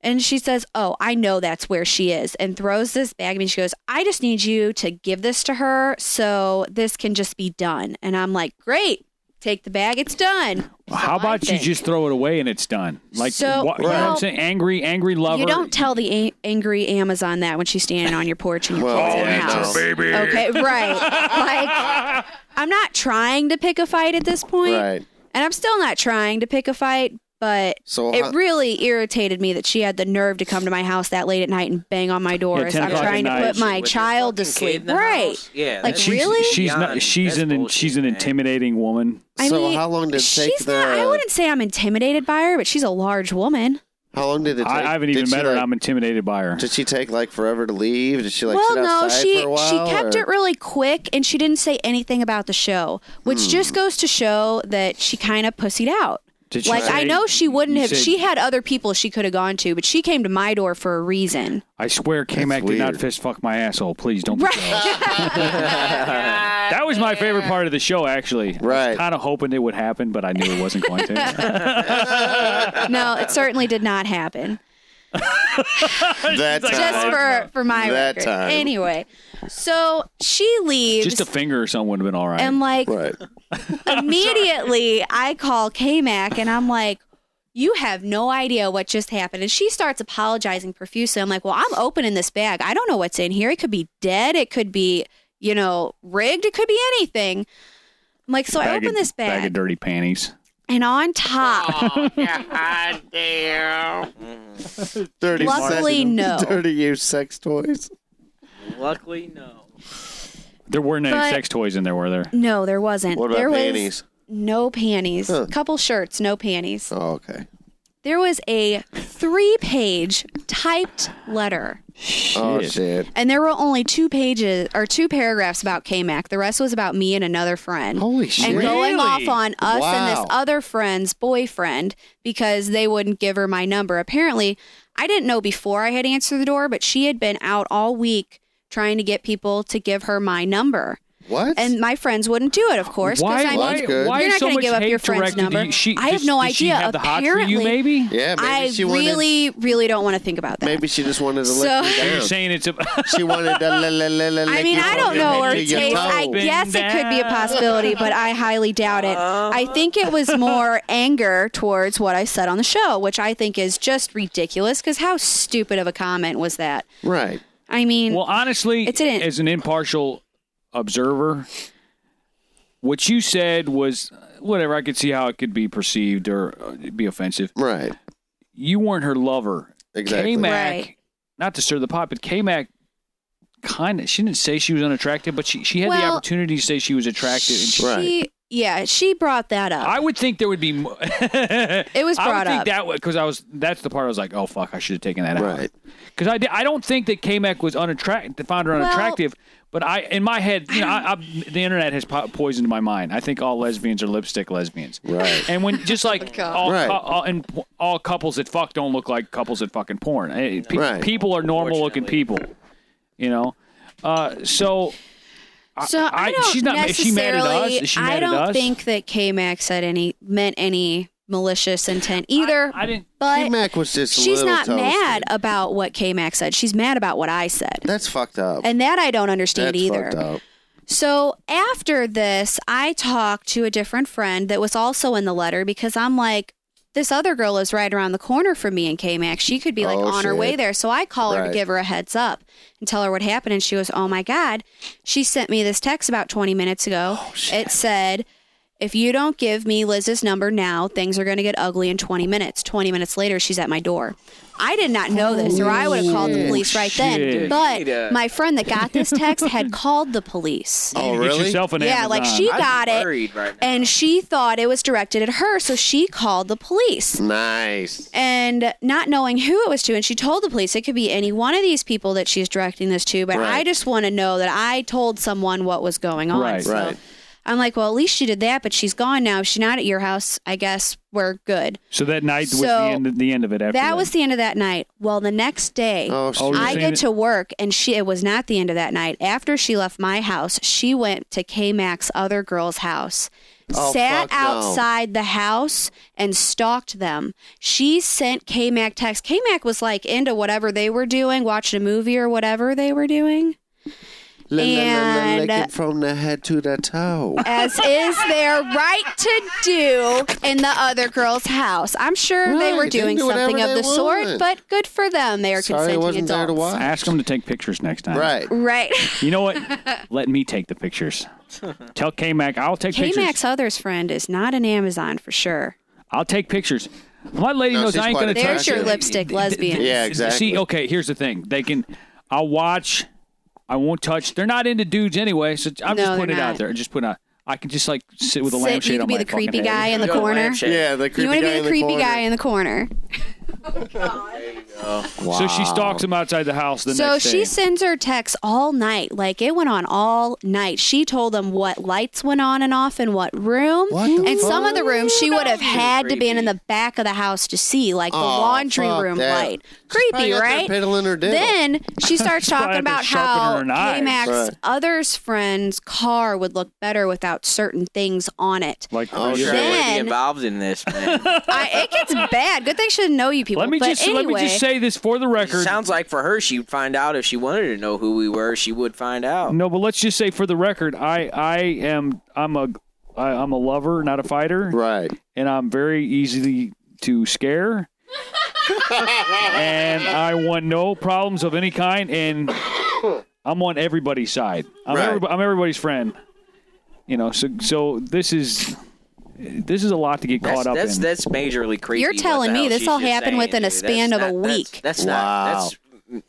And she says, Oh, I know that's where she is, and throws this bag at me. She goes, I just need you to give this to her so this can just be done. And I'm like, Great, take the bag, it's done.
How about you just throw it away and it's done? Like,
So-
what, you know what I'm
well,
saying? Angry, angry lover.
You don't tell the a- angry Amazon that when she's standing on your porch and your
Well,
kids in the
yeah,
house.
no.
Baby.
Okay, right. like,
<laughs>
I'm not trying to pick a fight at this point,
Right.
and I'm still not trying to pick a fight, but
So
it
how-
really irritated me that she had the nerve to come to my house that late at night and bang on my door
Yeah,
as
10
I'm
o'clock at
trying to
night.
put my
With your
child to
fucking kid in
sleep.
the
Right.
house? Yeah.
Like,
that's
She's,
really?
She's
beyond-
not. She's
that's
an.
bullshit,
she's an
man.
intimidating woman.
I
so
mean,
how long did it take
she's
the?
not, I wouldn't say I'm intimidated by her, but she's a large woman.
How long did it take?
I, I haven't even
Did she,
met her. and
like-
I'm intimidated by her.
Did she take like forever to leave? Did she like sit
well, no,
outside
she
for a while?
she kept
or-
it really quick, and she didn't say anything about the show, which
Hmm.
just goes to show that she kind of pussied out.
Did she
Like I
say-
know she wouldn't
you
have.
said-
she had other people she could have gone to, but she came to my door for a
<laughs>
reason. <laughs>
I swear, K Mac
That's
did not
weird.
fist fuck my asshole. Please don't. be jealous.
God.
That was my favorite part of the show, actually.
Right.
Kind of hoping it would happen, but I knew it wasn't
<laughs>
going to.
no, it certainly did not happen.
that time.
Just for for my
Uh, That
record.
time.
Anyway, so she leaves.
Just a finger or something would have been all right.
and like
right.
immediately I call K Mac and I'm like, you have no idea what just happened. And she starts apologizing profusely. I'm like, well, I'm opening this bag. I don't know what's in here. It could be dead. It could be, you know, rigged. It could be anything. I'm like, so I
Bag
open
of-
this bag,
Bag of dirty panties.
and on top,
Dirty
Luckily,
sex- <laughs>
no.
Dirty used sex toys.
Luckily, no.
There weren't any
But-
sex toys in there, were there?
<laughs> no, there wasn't.
What about
there
panties?
was no panties.
Huh.
Couple shirts, no panties.
Oh, okay.
There was a three-page typed letter.
Oh shit.
and there were only two pages or two paragraphs about K Mac. The rest was about me and another friend.
Holy shit.
and going off
Really?
on us and
Wow.
this other friend's boyfriend because they wouldn't give her my number. Apparently, I didn't know before I had answered the door, but she had been out all week trying to get people to give her my number.
What?
And my friends wouldn't do it, of course, because I
why-
knew
good.
You're
is
not gonna
much
give up
hate
your friend's
directed to
number?
you? She-
I have
does-
no
does she
idea.
have the hot for you,
Apparently-
maybe?
yeah, maybe
I
she wanted.
really, really don't want to think about that.
Maybe she just wanted
<laughs>
to lick
So-
you
You're
down.
saying it's a.
<laughs>
she wanted to. li- li- li- li-
I
lick
mean,
you
I
from
don't
your
know
head
her
to your
taste. I
toe.
Been
guess it could be a
down.
possibility, but I highly doubt it. I think it was more anger towards what I said on the show, which I think is just ridiculous because how stupid of a comment was that?
Right.
I mean,
Well, honestly,
It's an-
as an impartial observer, what you said was whatever. I could see how it could be perceived or uh, be offensive.
Right.
You weren't her lover.
Exactly.
K-Mac,
Right.
not to stir the pot, but K Mac kind of, she didn't say she was unattractive, but she, she had the
Well-
opportunity to say she was attractive. And she,
she,
Right.
yeah, she brought that up.
I would think there would be. Mo- it
was
I would
brought
think
up.
that because I was. That's the part I was like, oh fuck, I should have taken that out.
Right.
Because I, di- I don't think that K-Mac was unattractive, found her
Well-
unattractive. but I, in my head, you know, I, I, the internet has po- poisoned my mind. I think all lesbians are lipstick lesbians.
Right.
And when
<laughs>
just
Oh
like all,
Right.
cou- all and p- all couples that fuck don't look like couples that fucking porn. Eh, pe-
Right.
People are normal looking people. You know. Uh, so
so I,
I-
don't
she's not- is she mad at us?
necessarily.
Is she mad
I
at
don't
us?
think that K Max had any meant any malicious intent either.
I didn't.
but
Mac was just. a
she's
little
not
toasty.
mad about what K Max said. She's mad about what I said.
That's fucked up.
And that I don't understand
That's
either.
fucked up.
So after this, I talked to a different friend that was also in the letter because I'm like, this other girl is right around the corner from me in KMAX. She could be like
Oh,
on her way
shit.
there. So I call her
Right.
to give her a heads up and tell her what happened.
Oh,
And she was, oh my God. She sent me this text about 20 minutes ago. it said, if you don't give me Liz's number now, things are going to get ugly in 20 minutes. 20 minutes later, she's at my door. I did not know this, or I would have called the
Oh,
police right
shit.
then. But
Anita.
my friend that got this text had called the police.
Oh,
Get
really?
yourself an
Yeah,
Amazon.
like she
I'm
got it,
worried right now.
and she thought it was directed at her, so she called the police
Nice.
and not knowing who it was to. And she told the police it could be any one of these people that she's directing this to, but
Right.
I just want to know that I told someone what was going on.
Right.
so
Right.
I'm like, well, at least she did that, but she's gone now. If she's not at your house, I guess we're good.
So that night was the
So,
end, the end of it. After
that was the end of that night. Well, the next day,
Oh,
Oh,
shoot.
you're
I
saying
get
it-
to work, and she it was not the end of that night. After she left my house, she went to K Mac's other girl's house,
Oh,
sat
fuck no.
outside the house, and stalked them. She sent K Mac texts. K Mac was like into whatever they were doing, watching a movie or whatever they were doing.
La, la, la, la,
and-
lick it from the head to
<laughs>
the toe. <laughs>
As is their right to do in the other girl's house. I'm sure they
Right,
were
they can
doing
do whatever
something of
they
the sort,
want.
but good for them. They are
Sorry, I
consenting
wasn't
adults.
there to watch.
Ask them to take pictures next time.
Right.
Right. <laughs>
You know what? Let me take the pictures. Tell K Mac I'll take
K
pictures.
Mac's other's friend is not an Amazon for sure.
I'll take pictures. My lady
No,
knows
she's
I ain't
quite
gonna
attractive.
There's
touch
your
her.
lipstick lesbian.
Yeah, exactly.
See, okay, here's the thing. They can. I'll watch. I won't touch. They're not into dudes anyway, so I'm
No,
just
they're
putting it out
not.
there. Just putting out. I can just like sit with a
Sit,
lampshade
you
on
can be
my
the creepy
fucking
guy
head.
in the
Go to
corner.
lampshade.
Yeah, the creepy
You want to
guy
be
in
the creepy
corner.
guy in the corner.
So she stalks him outside the house the
So
next day.
she sends her texts all night. Like it went on all night. She told them what lights went on and off in what room.
What the
and some
fuck?
of the rooms she would have had to be in
creepy.
the back of the house to see, like the
Aw,
laundry
fuck
room
that.
light.
Probably
Creepy,
out there
right?
Piddling her dick.
Then
<laughs>
she starts
probably
talking
out there
about how
sharpening her knives.
K Mac's
Right.
other's friend's car would look better without certain things on it.
like
Oh,
Sure,
Then-
I wouldn't be involved in this, man.
I, it gets bad. Good thing she didn't know you people.
let me
but
just
anyway,
let me just say this for the record.
Sounds like for her, she'd find out if she wanted to know who we were. She would find out.
No, but let's just say for the record, I I am I'm a I, I'm a lover, not a fighter,
Right.
and I'm very easy to scare. and I want no problems of any kind, and I'm on everybody's side. I'm,
Right.
everyb- I'm everybody's friend. You know, so so this is this is a lot to get
That's
caught up
that's,
in.
that's majorly creepy.
You're
what the
telling me
hell
this
she's
all
just
happened
saying,
within a
dude. That's
span of a
not- that's-
week.
Wow.
That's, not. That's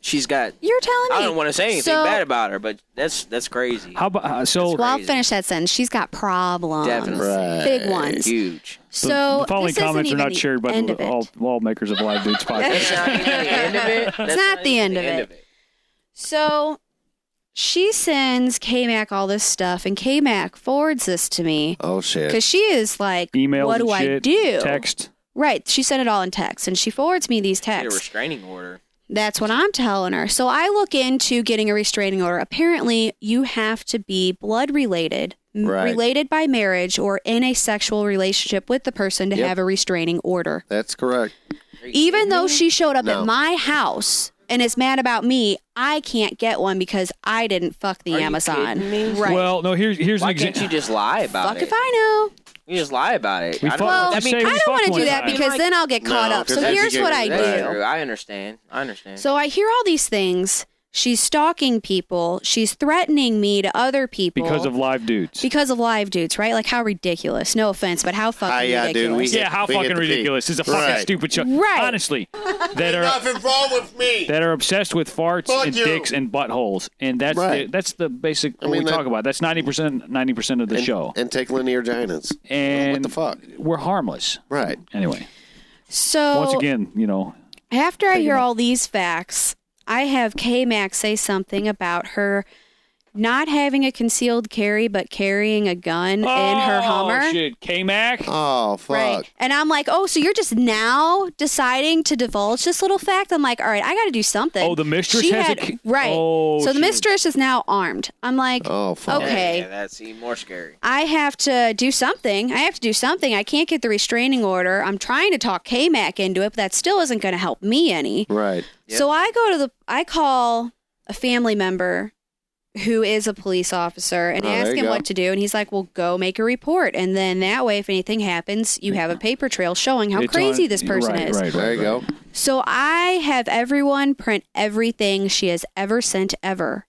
she's got.
you're telling me.
I don't want to say anything
So-
bad about her, but that's that's crazy.
How about uh, so?
Well, I'll
Crazy.
finish that sentence. She's got problems,
Definitely.
Right.
big ones.
<laughs>
huge.
So
the following
this isn't
comments are
even
not
the
shared by
end
the,
of it.
all, all makers of
<laughs>
live dudes podcast.
That's not even the end of it. That's
not the
even
end of it. So she sends K Mac all this stuff, and K Mac forwards this to me
Oh shit.
because she is like,
Email,
"What do I do?"
Text.
Right? She sent it all in text, and she forwards me these
Get a
texts.
restraining order.
That's what I'm telling her. So I look into getting a restraining order. Apparently, you have to be blood related, m-
Right.
related by marriage, or in a sexual relationship with the person to
Yep.
have a restraining order.
That's correct.
Even though she showed up
Mm-hmm. No.
at my house and is mad about me, I can't get one because I didn't fuck the
Are you
Amazon.
kidding me?
Right.
Well, no. Here's here's
Why
an
can't
example.
you just lie about
fuck
it?
if I know.
You just lie about it.
We
I don't
fuck-
know.
Well,
That
say
mean,
we
I don't
fuck
want to
one
do that
time.
because then I'll get
No,
caught up.
'cause
So
that's-
here's what I
That's
do.
true. I understand. I understand.
So I hear all these things. She's stalking people. She's threatening me to other people
because of live dudes.
because of live dudes, right? Like how ridiculous. No offense, but how fucking
Ah, yeah, dude,
ridiculous.
we-
yeah, how
hit the
fucking
peak.
ridiculous! It's a fucking
Right.
stupid show.
Right.
<laughs>
Honestly, that are
Nothing wrong with me.
that are obsessed with farts
Fuck
and
you.
dicks and buttholes, and that's
Right.
the, that's the basic
I
what
mean,
we
that-
talk about. That's ninety percent ninety percent of the
And,
show,
And take linear giants.
and
what the fuck?
We're harmless,
Right.
anyway.
so
once again, you know,
After I hear all these facts, I have K Max say something about her not having a concealed carry but carrying a gun in her
Oh,
Hummer.
Shit, K Mac.
Oh fuck.
Right. And I'm like, oh, so you're just now deciding to divulge this little fact? I'm like, all right, I got to do something.
Oh, the mistress
she
has a
had,
ca-
Right.
Oh,
so the
shit.
mistress is now armed. I'm like,
Oh fuck.
Okay.
Yeah, that's even more scary.
I have to do something. I have to do something. I can't get the restraining order. I'm trying to talk K Mac into it, but that still isn't going to help me any.
Right.
So I go to the I call a family member who is a police officer and
Oh, there
ask
you
him
go.
what to do and he's like, "Well, go make a report and then that way if anything happens, you have a paper trail showing how
It's
crazy
on-
this person
right,
is."
Right,
There you go.
So I have everyone print everything she has ever sent ever.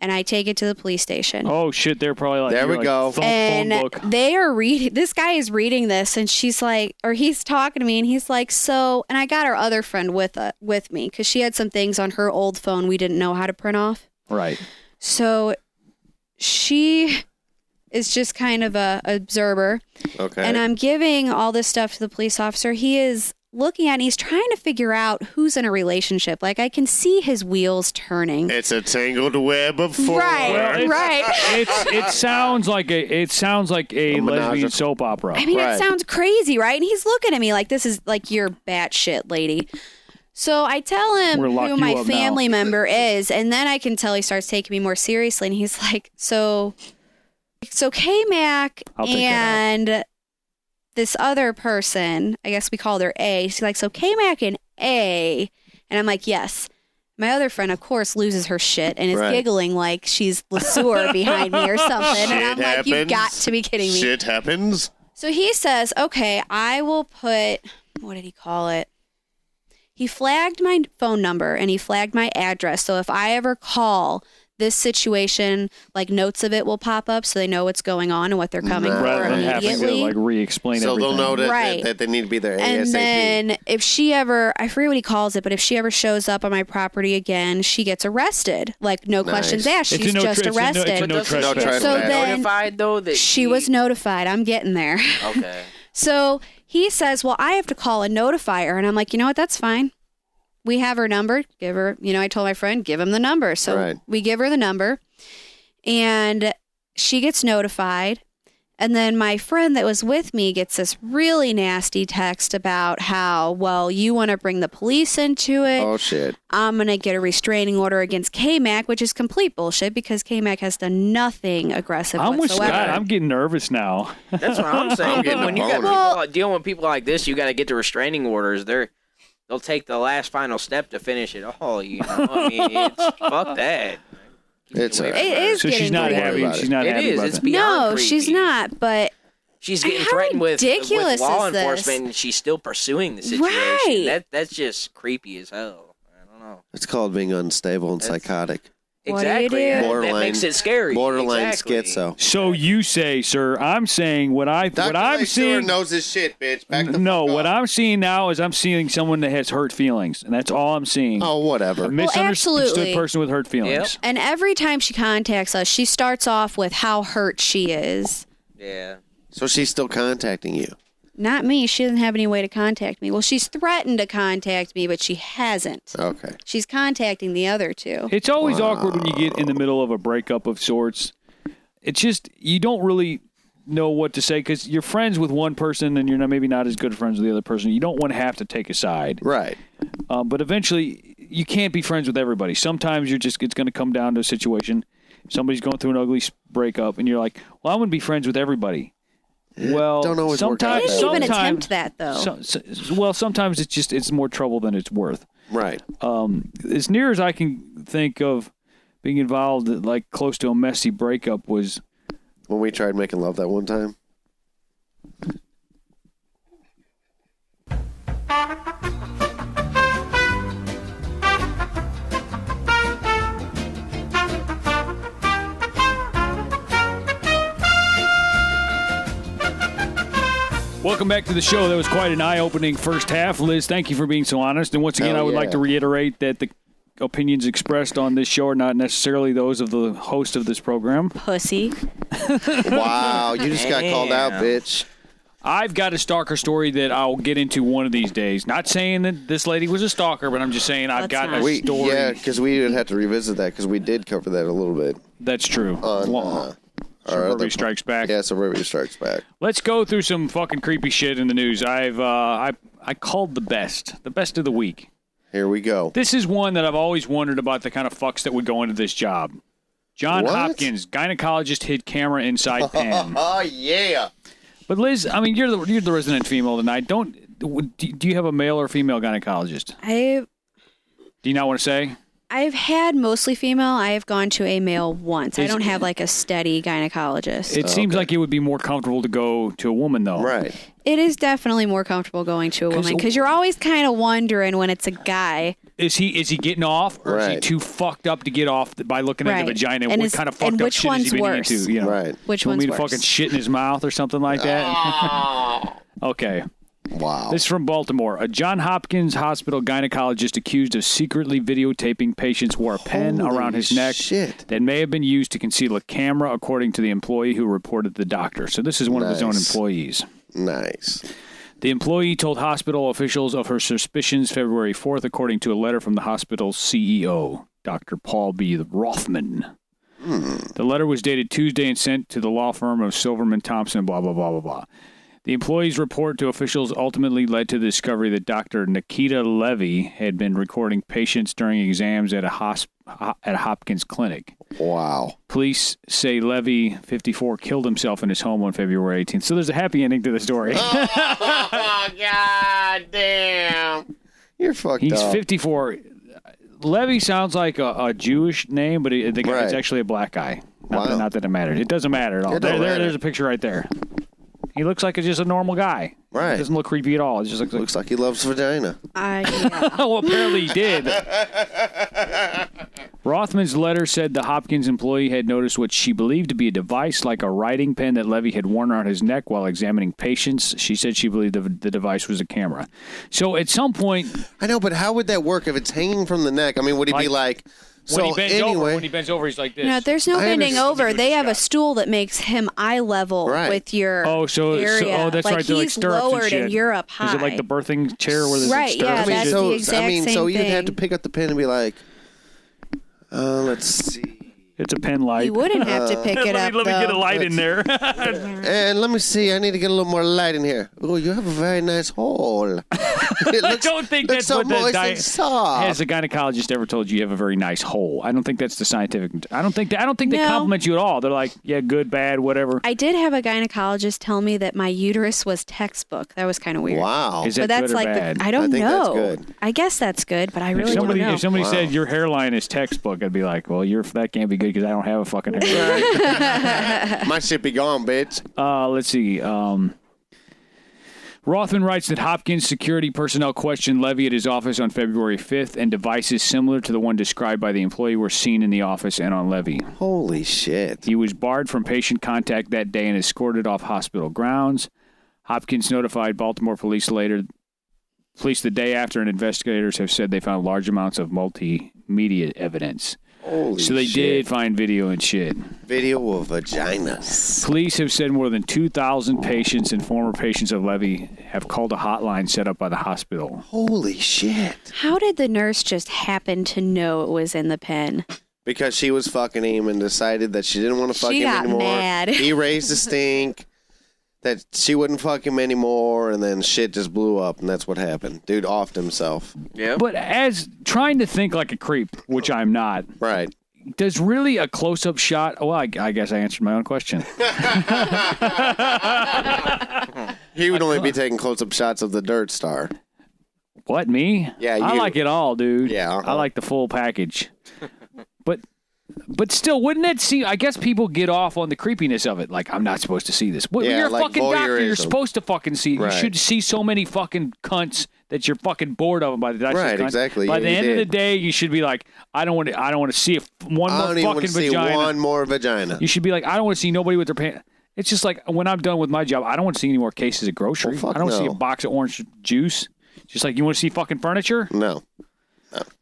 and I take it to the police station.
Oh shit, they're probably like
There
you're
we
like,
go.
Phone, phone
and
book.
they are reading this guy is reading this and she's like or he's talking to me and he's like so and i got our other friend with uh, with me because she had some things on her old phone we didn't know how to print off
Right.
so she is just kind of a observer
Okay.
and i'm giving all this stuff to the police officer he is looking at and he's trying to figure out who's in a relationship like i can see his wheels turning
It's a tangled web of four.
right
it's-
right
It's it sounds like a it sounds like a,
A menage
lesbian
a-
soap opera.
I mean,
Right.
it sounds crazy, right? And he's looking at me like this is like you're batshit lady. So I tell him
We're lock
who
you
my
up now.
family member is, and then I can tell he starts taking me more seriously. And he's like, "So, so K Mac
I'll take that out.
and this other person, I guess we called her A. She's like, so K Mac and A, and I'm like, yes." My other friend, of course, loses her shit and is
Right.
giggling like she's Lesueur behind me or something. and I'm
Shit
like, you've
happens.
got to be kidding me.
Shit happens.
So he says, okay, I will put, what did he call it? He flagged my phone number and he flagged my address. So if I ever call this situation, like notes of it will pop up so they know what's going on and what they're coming
Right.
for
Rather than having to
immediately.
like re-explain
so
everything.
they'll know that,
Right.
that, that they need to be there ASAP.
and then if she ever, I forget what he calls it, but if she ever shows up on my property again, she gets arrested. Like no
Nice.
questions asked.
It's a
She's
no-
just
it's a no- it's a
arrested.
no
trespass.
doesn't she
No
get
trespass. So
then
notified though that
she was notified. I'm getting there. <laughs>
Okay.
So he says, Well, I have to call and notify her. And I'm like, You know what? That's fine. We have her number. Give her, you know, I told my friend, give him the number. So
Right.
we give her the number and she gets notified. And then my friend that was with me gets this really nasty text about how, well, you want to bring the police into it.
oh shit.
I'm going to get a restraining order against KMAC, which is complete bullshit because KMAC has done nothing aggressive
I'm with
whatsoever.
Scott. I'm getting nervous now.
That's what I'm saying.
getting a
when you got
boner.
people like, dealing with people like this, you got to get the restraining orders. They're they'll take the last final step to finish it all. You know, I mean, it's, fuck that. Keep
It's
away
all
from
right.
her.
It is-
So she's
getting
not
creepy.
happy.
Don't worry
She's
about
not
It
happy
is.
about
It's
that.
no,
beyond creepy.
she's not, but
She's getting
How
threatened with, with
ridiculous
law
is this?
enforcement, and she's still pursuing the situation.
Right.
That that's just creepy as hell. I don't know.
It's called being unstable and
That's-
psychotic.
What do you
exactly.
do?
That,
Borderline.
that makes it scary.
Borderline
exactly.
schizo.
So you say, sir? I'm saying what I
Dr.
what I'm
Lake Sewer
seeing.
knows his shit, bitch. Back the
no,
fuck
what
up.
I'm seeing now is I'm seeing someone that has hurt feelings, and that's all I'm seeing.
Oh,
a
whatever.
misunderstood
absolutely.
person with hurt feelings.
And every time she contacts us, she starts off with how hurt she is.
Yeah.
So she's still contacting you.
Not me. She doesn't have any way to contact me. Well, she's threatened to contact me, but she hasn't.
Okay.
She's contacting the other two.
It's always awkward when you get in the middle of a breakup of sorts. It's just you don't really know what to say because you're friends with one person and you're not maybe not as good friends with the other person. You don't want to have to take a side,
Right.
um, but eventually you can't be friends with everybody. Sometimes you're just it's going to come down to a situation. Somebody's going through an ugly s- breakup, and you're like, "Well, I'm going to be friends with everybody." Well,
Eh, don't always work out
I
sometimes,
didn't even
sometimes,
attempt that though.
so- so- well, sometimes it's just it's more trouble than it's worth
Right.
Um, as near as I can think of being involved, like close to a messy breakup, was
When we tried making love that one time.
Welcome back to the show. That was quite an eye-opening first half, Liz. Thank you for being so honest. And once again,
Hell
I would
yeah.
like to reiterate that the opinions expressed on this show are not necessarily those of the host of this program.
Pussy.
<laughs> Wow. You just got called out,
Damn.
bitch.
I've got a stalker story that I'll get into one of these days. Not saying that this lady was a stalker, but I'm just saying I've
Let's
got
not.
a
We,
story.
yeah, because we didn't have to revisit that because we did cover that a little bit.
That's true.
On,
Well,
uh,
Suburbia
other-
strikes back.
Yeah, Suburbia Strikes Back.
Let's go through some fucking creepy shit in the news. I've uh, I I called the best, the best of the week.
Here we go.
This is one that I've always wondered about the kind of fucks that would go into this job. John
What?
Hopkins, gynecologist, hid camera
<laughs>
inside pen.
Oh yeah.
but Liz, I mean, you're the you're the resident female tonight. Don't do do you have a male or female gynecologist?
I've
Do you not want to say?
I've had mostly female. I have gone to a male once. I
Is-
don't have like a steady gynecologist.
It seems like it would be more comfortable to go to a woman though.
Right.
it is definitely more comfortable going to a woman because you're always kind of wondering when it's a guy
is he is he getting off or is he
Right.
too fucked up to get off by looking at
Right.
the vagina?
And
what
is-
kind of
and
fucked up
which
shit
one's
is he been
worse?
into? You know,
Right.
Which
Want
one's
me to
worse?
fucking shit in his mouth or something like that?
<laughs>
okay.
Wow.
This is from Baltimore. A John Hopkins Hospital gynecologist accused of secretly videotaping patients wore a pen
Holy
around his neck
shit.
that may have been used to conceal a camera, according to the employee who reported the doctor. So this is one of his own
Nice.
employees.
nice.
The employee told hospital officials of her suspicions February 4th, according to a letter from the hospital's CEO, Dr. Paul B. Rothman. The letter was dated Tuesday and sent to the law firm of Silverman Thompson, blah, blah, blah, blah, blah. The employee's report to officials ultimately led to the discovery that Dr. Nikita Levy had been recording patients during exams at a, hosp- at a Hopkins clinic.
Wow.
Police say Levy, 54, killed himself in his home on February 18th. So there's a happy ending to the story.
Oh, God damn.
You're fucked
He's
up.
54. Levy sounds like a, a Jewish name, but it, the guy is
Right.
actually a black guy. Not, that,
Wow.
not that it mattered. It doesn't matter at all.
It
There,
don't
there-
matter.
there's a picture right there. He looks like just a normal guy.
Right.
Doesn't look creepy at all. It just looks like. <laughs>
Looks like he loves vagina.
I, yeah.
Oh, well, apparently he
<laughs>
did. Rothman's letter said the Hopkins employee had noticed what she believed to be a device like a writing pen that Levy had worn around his neck while examining patients. She said she believed the, the device was a camera. So at some point,
I know, but how would that work if it's hanging from the neck? I mean, would he be like?
when
So
he bends over,
anyway,
when he bends over, he's like this.
You know, there's no
I
bending
understand
over. They have a stool that makes him eye level
Right.
with your
Oh, so, so-
area.
oh, that's
like
right. They're like
He's
stirrups
lowered
and shit.
you're up high.
Is it like the birthing chair where there's
Right,
like
yeah,
stirrups? and
that's
shit?
the
so I
exact
mean, so
same
you'd have
thing.
to pick up the pen and be like, uh, "Let's see,
It's a pen light.
you wouldn't have
Uh.
to pick it
<laughs> let
up.
me, let me get
though.
a light in <laughs> there.
and let me see. I need to get a little more light in here. Oh, you have a very nice
<laughs>
hole. it looks,
don't think that's
looks so
what the
moist
diet-
and soft.
Has a gynecologist ever told you you have a very nice hole? I don't think that's the scientific. I don't think. That, I don't think they
No.
compliment you at all. They're like, yeah, good, bad, whatever.
I did have a gynecologist tell me that my uterus was textbook. That was kind of weird.
wow.
Is that
but that's
good or
like
bad?
the I don't
I think
know.
that's good.
I guess that's good, but I
if
really don't
somebody,
know.
if somebody said your hairline is textbook, I'd be like, well, your that can't be good because I don't have a fucking
<laughs>
hairline.
My shit be gone, bitch.
Uh, let's see. Um, Rothman writes that Hopkins security personnel questioned Levy at his office on February 5th, and devices similar to the one described by the employee were seen in the office and on Levy.
Holy shit.
He was barred from patient contact that day and escorted off hospital grounds. Hopkins notified Baltimore police later. Police the day after, and investigators have said they found large amounts of multimedia evidence.
Holy
so they
shit.
did find video and shit.
Video of vaginas.
Police have said more than 2,000 patients and former patients of Levy have called a hotline set up by the hospital.
Holy shit.
How did the nurse just happen to know it was in the pen? <laughs>
Because she was fucking him and decided that she didn't want to fuck
She
him
got
anymore.
mad.
He raised a stink that she wouldn't fuck him anymore, and then shit just blew up, and that's what happened. Dude offed himself.
Yep.
But as trying to think like a creep, which I'm not,
Right.
does really a close up shot? Well, I, I guess I answered my own question.
He would only be taking close up shots of the dirt star.
What, me?
Yeah,
I
you.
like it all, dude.
Yeah, uh-huh.
I like the full package. but. But still, wouldn't it seem? I guess people get off on the creepiness of it. Like, I'm not supposed to see this. Well,
Yeah,
you're a
like
fucking doctor. You're
voyeurism.
supposed to fucking see. it.
Right.
You should see so many fucking cunts that you're fucking bored of them by the that's
Right,
just cunt.
exactly.
By
You-
the
you
end of the
did.
day, you should be like, I don't want to. I don't want to see a f- one
I
more
don't even want
fucking
to see
vagina.
one more vagina.
You should be like, I don't want to see nobody with their pants. It's just like when I'm done with my job, I don't want to see any more cases of grocery.
Well, fuck
I don't see a
no.
box of orange juice. Just like you want to see fucking furniture.
No.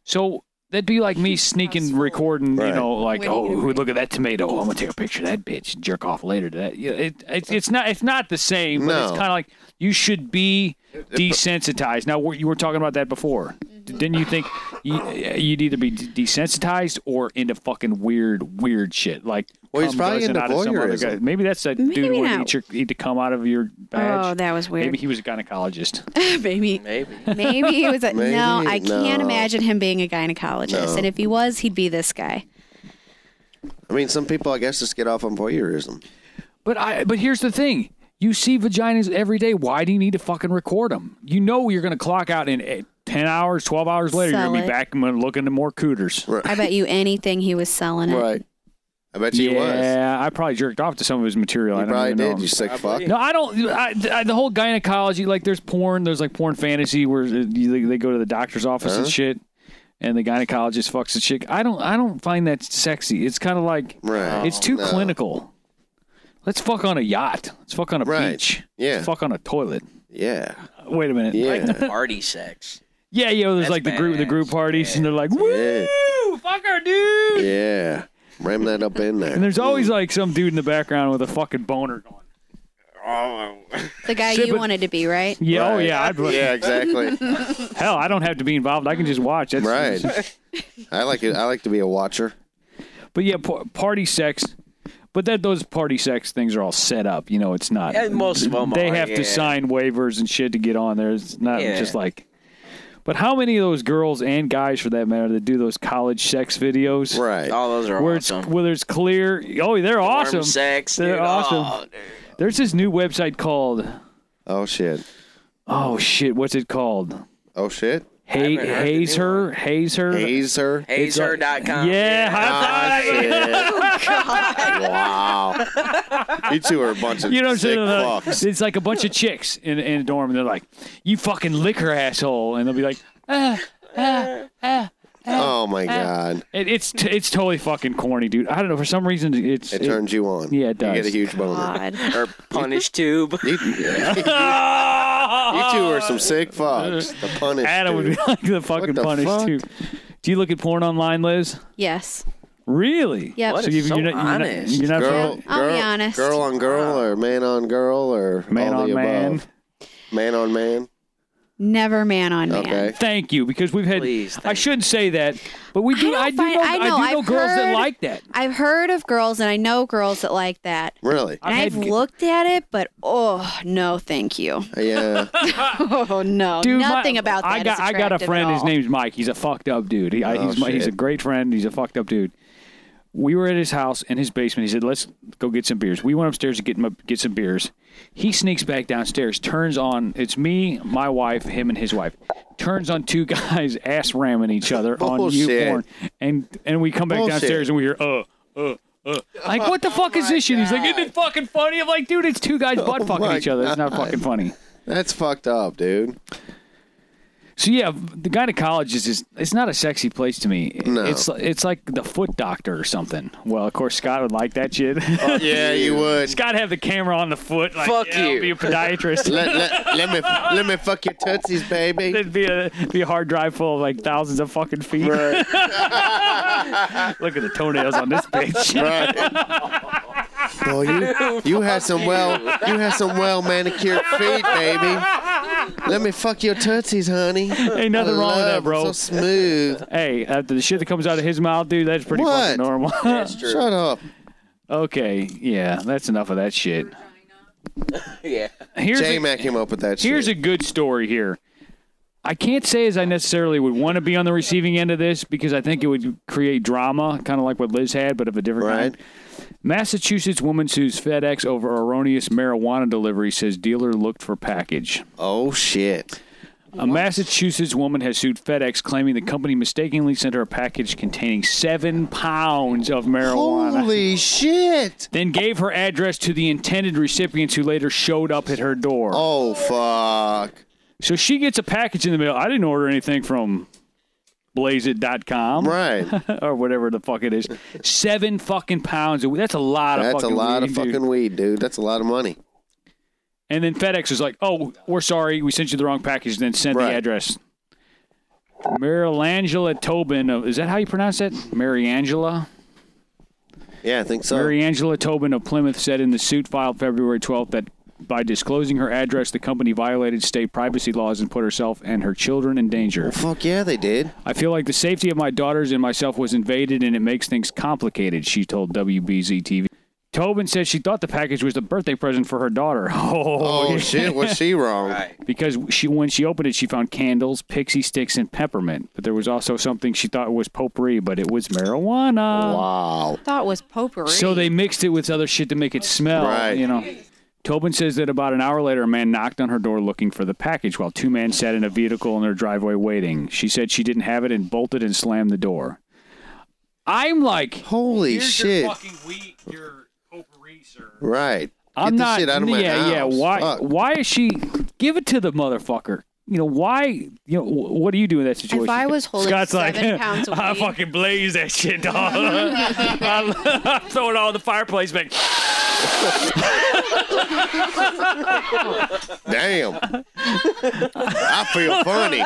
So that'd
<laughs>
be like me sneaking, recording, you
Right.
know, like, oh, who- look at that tomato. I'm gonna take a picture of that bitch and jerk off later to that. Yeah, it, it's it's not it's not the same, but it's
No.
kind of like you should be desensitized. Now we- you were talking about that before.
Mm-hmm.
Didn't you think you, you'd either be d- desensitized or into fucking weird, weird shit? Like,
Well, he's
cum
probably
guzzing
into
out of some other guy.
voyeurism.
Maybe that's that dude
Maybe
who would
not.
eat, your, eat the cum out of your badge.
Oh, that was weird.
Maybe he was a gynecologist.
Maybe.
Maybe.
Maybe he was a
Maybe,
no. I can't
no.
imagine him being a gynecologist, and if he was, he'd be this guy.
I mean, some people, I guess, just get off on voyeurism.
But I. But here's the thing: you see vaginas every day. Why do you need to fucking record them? You know you're gonna clock out in eh, ten hours, twelve hours later.
Sell
you're gonna
it.
be back and looking at more cooters.
I bet you anything he was selling it.
Right. I bet you was.
yeah, I probably jerked off to some of his material.
You
I don't
probably
even
did,
know.
you sick fuck.
No, I don't. I, I- the whole uh, gynecology, like, there's porn. There's like porn fantasy where you, they go to the doctor's office and shit. and the gynecologist fucks the chick. I don't I don't find that sexy. It's kind of like
Right.
it's too
No.
clinical. Let's fuck on a yacht. Let's fuck on a
Right.
beach.
Yeah.
Let's fuck on a toilet.
Yeah.
Wait a minute.
Yeah.
Like the party sex.
Yeah, yo, there's
That's
like the group the group
badass.
parties and they're like, Woo,
Yeah.
fuck her dude.
Yeah. Ram that up in there.
And there's always like some dude in the background with a fucking boner going.
The guy
Shit,
you
but-
wanted to be,
<laughs>
right?
Yeah, oh
Right.
yeah, I'd, <laughs>
yeah, exactly.
hell, I don't have to be involved. I can just watch. That's,
right. I like it. I like to be a watcher.
<laughs> But yeah, pa- party sex. But that those party sex things are all set up. You know, it's not.
Yeah, most of them
they
are,
have
yeah.
to sign waivers and shit to get on there. It's not
Yeah.
just like. But how many of those girls and guys, for that matter, that do those college sex videos?
Right.
All those are
Where
awesome.
it's where it's clear. Oh, they're awesome.
Warm sex.
They're
dude.
awesome.
Oh, dude.
There's this new website called.
Oh shit.
Oh shit! What's it called?
Oh shit.
Hey,
heard the
haze
new
her, haze her.
Haze her.
It's like-
Hazer.com.
Yeah, high five.
Oh,
<laughs> Wow. You two are a bunch of
You know what I'm
sick
saying? Like,
fucks.
It's like a bunch
<laughs>
of chicks in, in a dorm, and they're like, "You fucking lick her asshole," and they'll be like,
Oh my god.
it, "It's t- it's totally fucking corny, dude." I don't know. For some reason, it's <laughs>
It turns you on.
Yeah, it
You
does.
get a huge boner.
God.
Or punish tube.
<laughs>
You, you two are some sick fucks. The punish.
Ah, Adam would <laughs> be
dude.
like the fucking
the
punish
fuck?
too. Do you look at porn online, Liz?
Yes.
Really?
Yep.
What
So
is
you,
so
you're not you're not,
honest?
you're not
girl,
fucking-
I'll
girl,
be honest.
girl on girl or man on girl or
man
all
on
the
man.
above. Man on man.
Never man on man.
Okay.
Thank you, because we've had.
Please,
I
thank
shouldn't say that, but we do.
don't
I, do
find-
know.
I know,
I do know
I've
girls that
heard-
like that.
I've heard of girls and I know girls that like that.
Really?
And
had
I've,
g-
looked at it, but oh no, thank
<laughs>
you.
Yeah.
Oh no,
Dude, my-
nothing about that.
I got
is
I got a
attractive at
friend. His
all.
name's Mike. He's a fucked up dude. He, I,
Oh,
he's my, he's a
shit.
great friend. He's a fucked up dude. We were at his house in his basement. He said, "Let's go get some beers." We went upstairs to get him get some beers. He sneaks back downstairs, turns on. It's me, my wife, him, and his wife. Turns on two <laughs> guys ass ramming each other on
Bullshit.
YouPorn, and and we come back
Bullshit. Oh
downstairs and we hear, "Uh, uh, uh." Like, what the fuck is this shit? He's like, "Isn't it fucking funny?" I'm like, "Dude, it's two
<laughs>
guys butt fucking
my
each other. It's not
God.
fucking funny."
That's fucked up, dude.
So yeah, the gynecologist is it's not a sexy place to me.
No.
It's it's like the foot doctor or something. Well, of course Scott would like that
<laughs>
shit.
Yeah, you
<laughs>
would.
Scott have the camera on the foot like
Fuck
yeah, I'll
you.
be a podiatrist.
<laughs> Let, let, let me let me fuck your tootsies, baby.
It'd be a be a hard drive full of like thousands of fucking feet.
Right.
<laughs> Look at the toenails on this bitch.
<laughs> Right. Boy, you you had some well you had some well manicured feet, baby. Let me fuck your tootsies,
<laughs>
honey.
Ain't nothing wrong with
I love
that,
'em,
bro.
So smooth.
hey, after the shit that comes out of his mouth, dude, that's pretty
What?
fucking normal.
Shut up.
<laughs> okay, yeah, that's enough of that shit.
Yeah.
Here's
J
a-
Mac came up with that.
Here's a
shit.
good story here. I can't say as I necessarily would want to be on the receiving end of this because I think it would create drama, kind of like what Liz had, but of a different
Right.
kind. Massachusetts woman sues FedEx over erroneous marijuana delivery, says dealer looked for package.
oh shit.
A Massachusetts woman has sued FedEx, claiming the company mistakenly sent her a package containing seven pounds of marijuana,
Holy shit.
then gave her address to the intended recipients who later showed up at her door.
Oh fuck.
So she gets a package in the mail. I didn't order anything from blazeit.com
Right.
<laughs> or whatever the fuck it is. Seven fucking pounds. Of, that's a lot of
That's a
fucking
lot
weed,
of
dude.
fucking weed, dude. That's a lot of money.
And then FedEx is like, oh, we're sorry. We sent you the wrong package. then sent
Right.
the address. Marilangela Tobin. Of, is that how you pronounce that? Mariangela?
Yeah, I think so.
Mary Angela Tobin of Plymouth said in the suit filed February 12th that by disclosing her address, the company violated state privacy laws and put herself and her children in danger.
Fuck yeah, they did.
I feel like the safety of my daughters and myself was invaded, and it makes things complicated, she told WBZ TV. Tobin said she thought the package was a birthday present for her daughter. <laughs> Oh,
Oh shit, was she
<laughs>
wrong?
Because she, when she opened it, she found candles, pixie sticks, and peppermint. But there was also something she thought was potpourri, but it was marijuana.
Wow.
Thought was potpourri.
So they mixed it with other shit to make it smell.
Right.
You know. Tobin says that about an hour later, a man knocked on her door looking for the package while two men sat in a vehicle in their driveway waiting. She said she didn't have it and bolted and slammed the door. I'm like,
Holy shit.
wheat, your potpourri, sir.
Right.
I'm
Get
not.
this shit out of my
yeah, yeah.
house.
Why?
Fuck.
Why is she? Give it to the motherfucker. you know, why, you know, wh- what do you do in that situation?
I was holding
<laughs>
seven pounds of
I
weed."
fucking blaze that
<laughs>
shit, dog. I, I <laughs> throw it all in the fireplace, man.
Damn. I feel funny.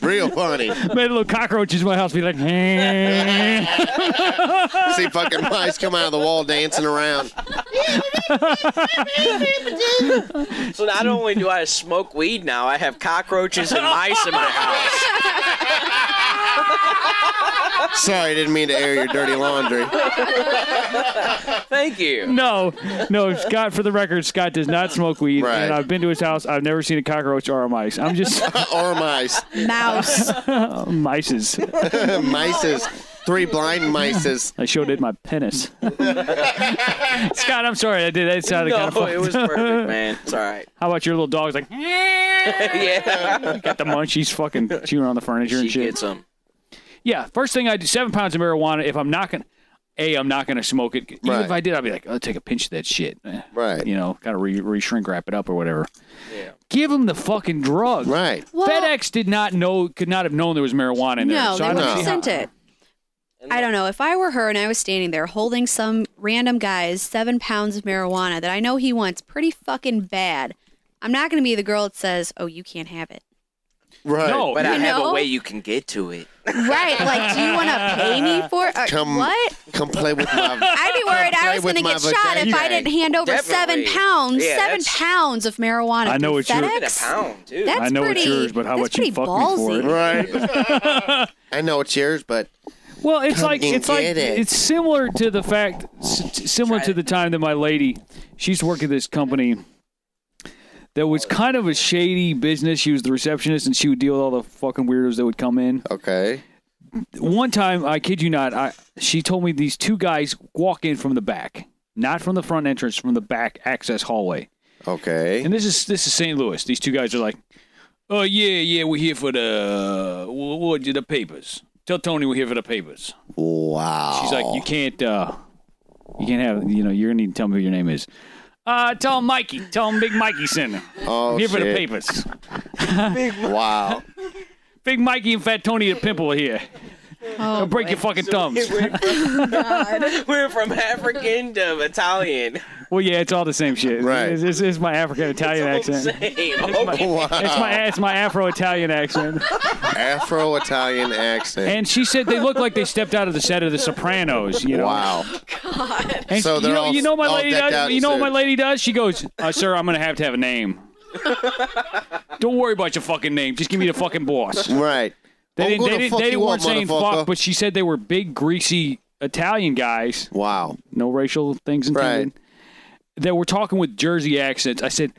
Real funny.
Made little cockroaches in my house be like, <laughs> "Eh."
See fucking mice come out of the wall dancing around.
So not only do I smoke weed now, I have cockroaches and mice in my house.
Sorry, didn't mean to air your dirty laundry. <laughs>
Thank you.
no, no, Scott, for the record, Scott does not smoke weed.
Right.
And I've been to his house. I've never seen a cockroach or a mice.
<laughs>
I'm just oh,
or mice. <laughs>
mouse.
mices.
mices. Three blind mices.
I showed it my penis. <laughs> Scott, I'm sorry. I did. That sounded kind of
No,
fun.
it was perfect, man. It's all <laughs> right.
How about your little dog's like, "Eh,
yeah.
got the munchies fucking chewing on the furniture
She
and shit.
gets them.
Yeah, first thing I do, seven pounds of marijuana. If I'm not gonna, a, I'm not gonna smoke it. Even
Right.
if I did, I'd be like, I'll take a pinch of that shit. Eh,
Right.
You know, kind of re, re shrink wrap it up or whatever.
Yeah.
Give him the fucking drug.
Right.
Well-
FedEx did not know, could not have known there was marijuana in there.
No, they
so I
would
don't
have
see
sent
how-
it. I don't know. If I were her and I was standing there holding some random guy's seven pounds of marijuana that I know he wants pretty fucking bad, I'm not going to be the girl that says, "Oh, you can't have it."
Right.
No,
But I
You
have
know?
a way you can get to it.
Right? Like, do you want to pay me for it? Uh,
Come-
What?
Come play with
<laughs>
my.
I'd be worried
Play
I was
with
going to
my
get shot if I
vagina.
didn't hand over seven
Definitely.
pounds.
Yeah,
seven
that's-
pounds of marijuana.
I know
through
what you're-
Even a
FedEx?
pound, too.
That's
I know
pretty,
it's yours, but how
that's
about you
pretty
fuck me
ballsy.
for it?
Right. I know it's yours, but
Well, it's
Come
like
and
it's like
get it.
it's similar to the fact, s- similar to the time that my lady, she's working this company that was kind of a shady business. She was the receptionist, and she would deal with all the fucking weirdos that would come in.
okay.
One time, I kid you not, I she told me these two guys walk in from the back, not from the front entrance, from the back access hallway.
Okay.
And this is this is St. Louis. These two guys are like, "Oh yeah, yeah, we're here for the uh, what, what the papers." Tell Tony we're here for the papers.
Wow.
She's like, you can't, uh, you can't have, you know, you're gonna need to tell me who your name is. Uh, tell him Mikey. Tell him Big Mikey sent him.
oh,
here
shit.
for the papers.
Wow.
Big Mikey and Fat Tony the Pimple are here. I'll break your fucking thumbs.
We're from African to Italian.
Well, yeah, it's all the same shit.
Right.
This is my African Italian accent.
<laughs> Same.
Wow.
<laughs> It's my it's my Afro Italian
<laughs>
accent.
Afro Italian accent.
And she said they look like they stepped out of the set of The Sopranos. You know.
Wow.
And
So
you
they're
know,
all-
you know what my
all
lady
decked
does.
out
You
in
know what my
suits.
lady does. She goes, uh, "Sir, I'm gonna have to have a
<laughs>
name. Don't worry about your fucking name. Just give me the fucking boss."
Right.
They,
Oh,
didn't,
go
they,
the
didn't,
fuck
they
you
weren't
want,
saying
motherfucker.
fuck, but she said they were big, greasy Italian guys.
<laughs> Wow.
No racial things intended.
Right.
That were talking with Jersey accents. I said,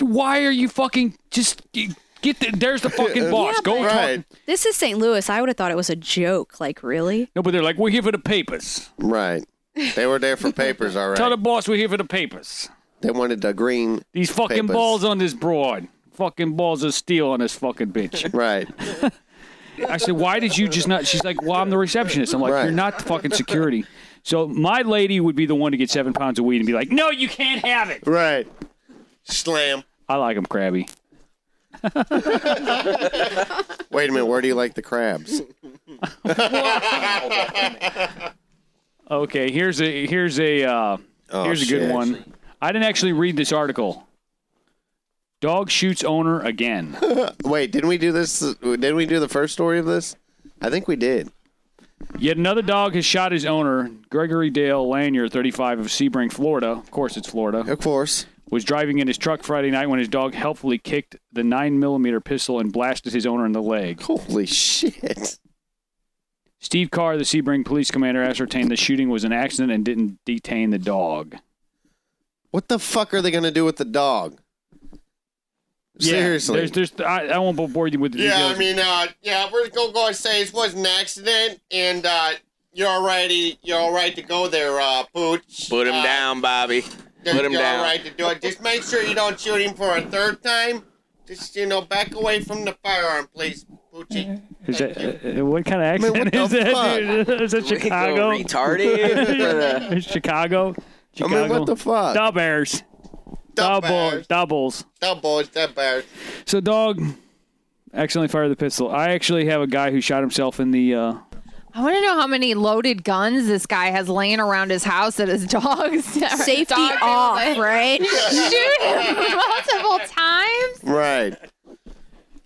"Why are you fucking just g- get the, there's the
<laughs>
fucking boss?
Yeah,
Go
but-
Right.
talk."
This is St. Louis. I would have thought it was a joke. Like, really?
No, but they're like, "We're here for the papers."
Right. They were
<laughs>
there for papers, all
Tell the
right.
boss we're here for the papers.
They wanted the green.
These fucking
Papers.
balls on this broad. Fucking balls of steel on this fucking bitch.
Right.
I said, "Why did you just not?" She's like, "Well, I'm the receptionist." I'm like,
Right.
"You're not the fucking security." So my lady would be the one to get seven pounds of weed and be like, "No, you can't have it."
Right. Slam.
I like them crabby.
Wait a minute. Where do you like the crabs?
Okay, here's a here's a uh,
Oh,
here's a good
shit.
one. I didn't actually read this article. Dog shoots owner
<laughs>
again.
Wait, didn't we do this? Didn't we do the first story of this? I think we did.
Yet another dog has shot his owner, Gregory Dale Lanier, 35 of Sebring, Florida. Of course, it's Florida.
Of course.
was driving in his truck Friday night when his dog helpfully kicked the 9mm pistol and blasted his owner in the leg.
Holy shit.
Steve Carr, the Sebring police commander, ascertained the shooting was an accident and didn't detain the dog.
What the fuck are they going to do with the dog? Seriously.
There's, there's, I, I won't bore you with the details.
Yeah, I mean, uh, yeah, we're gonna go and say it was an accident, and uh, you're all right. You're all right to go there, uh, Pooch.
Put him
Uh,
down, Bobby.
you're-
Put him
you're
down.
all right to do it. Just make sure you don't shoot him for a third time. Just you know, back away from the firearm, please, Poochie.
Is that, uh, what kind of accent
Man, what
is
the
that? dude? <laughs> Is that
We go
<laughs> Chicago? <laughs>
retarded.
Chicago? Chicago?
fuck?
Da Bears.
Dub
Double,
bears.
Mm-hmm.
doubles.
Dub boys, dub bears.
So, dog accidentally fired the pistol. I actually have a guy who shot himself in the. Uh,
I want to know how many loaded guns this guy has laying around his house that his <laughs> dogs
Safety
dog didn't
off, <laughs>
<laughs>
let-
right?
shoot him <laughs> multiple times.
Right.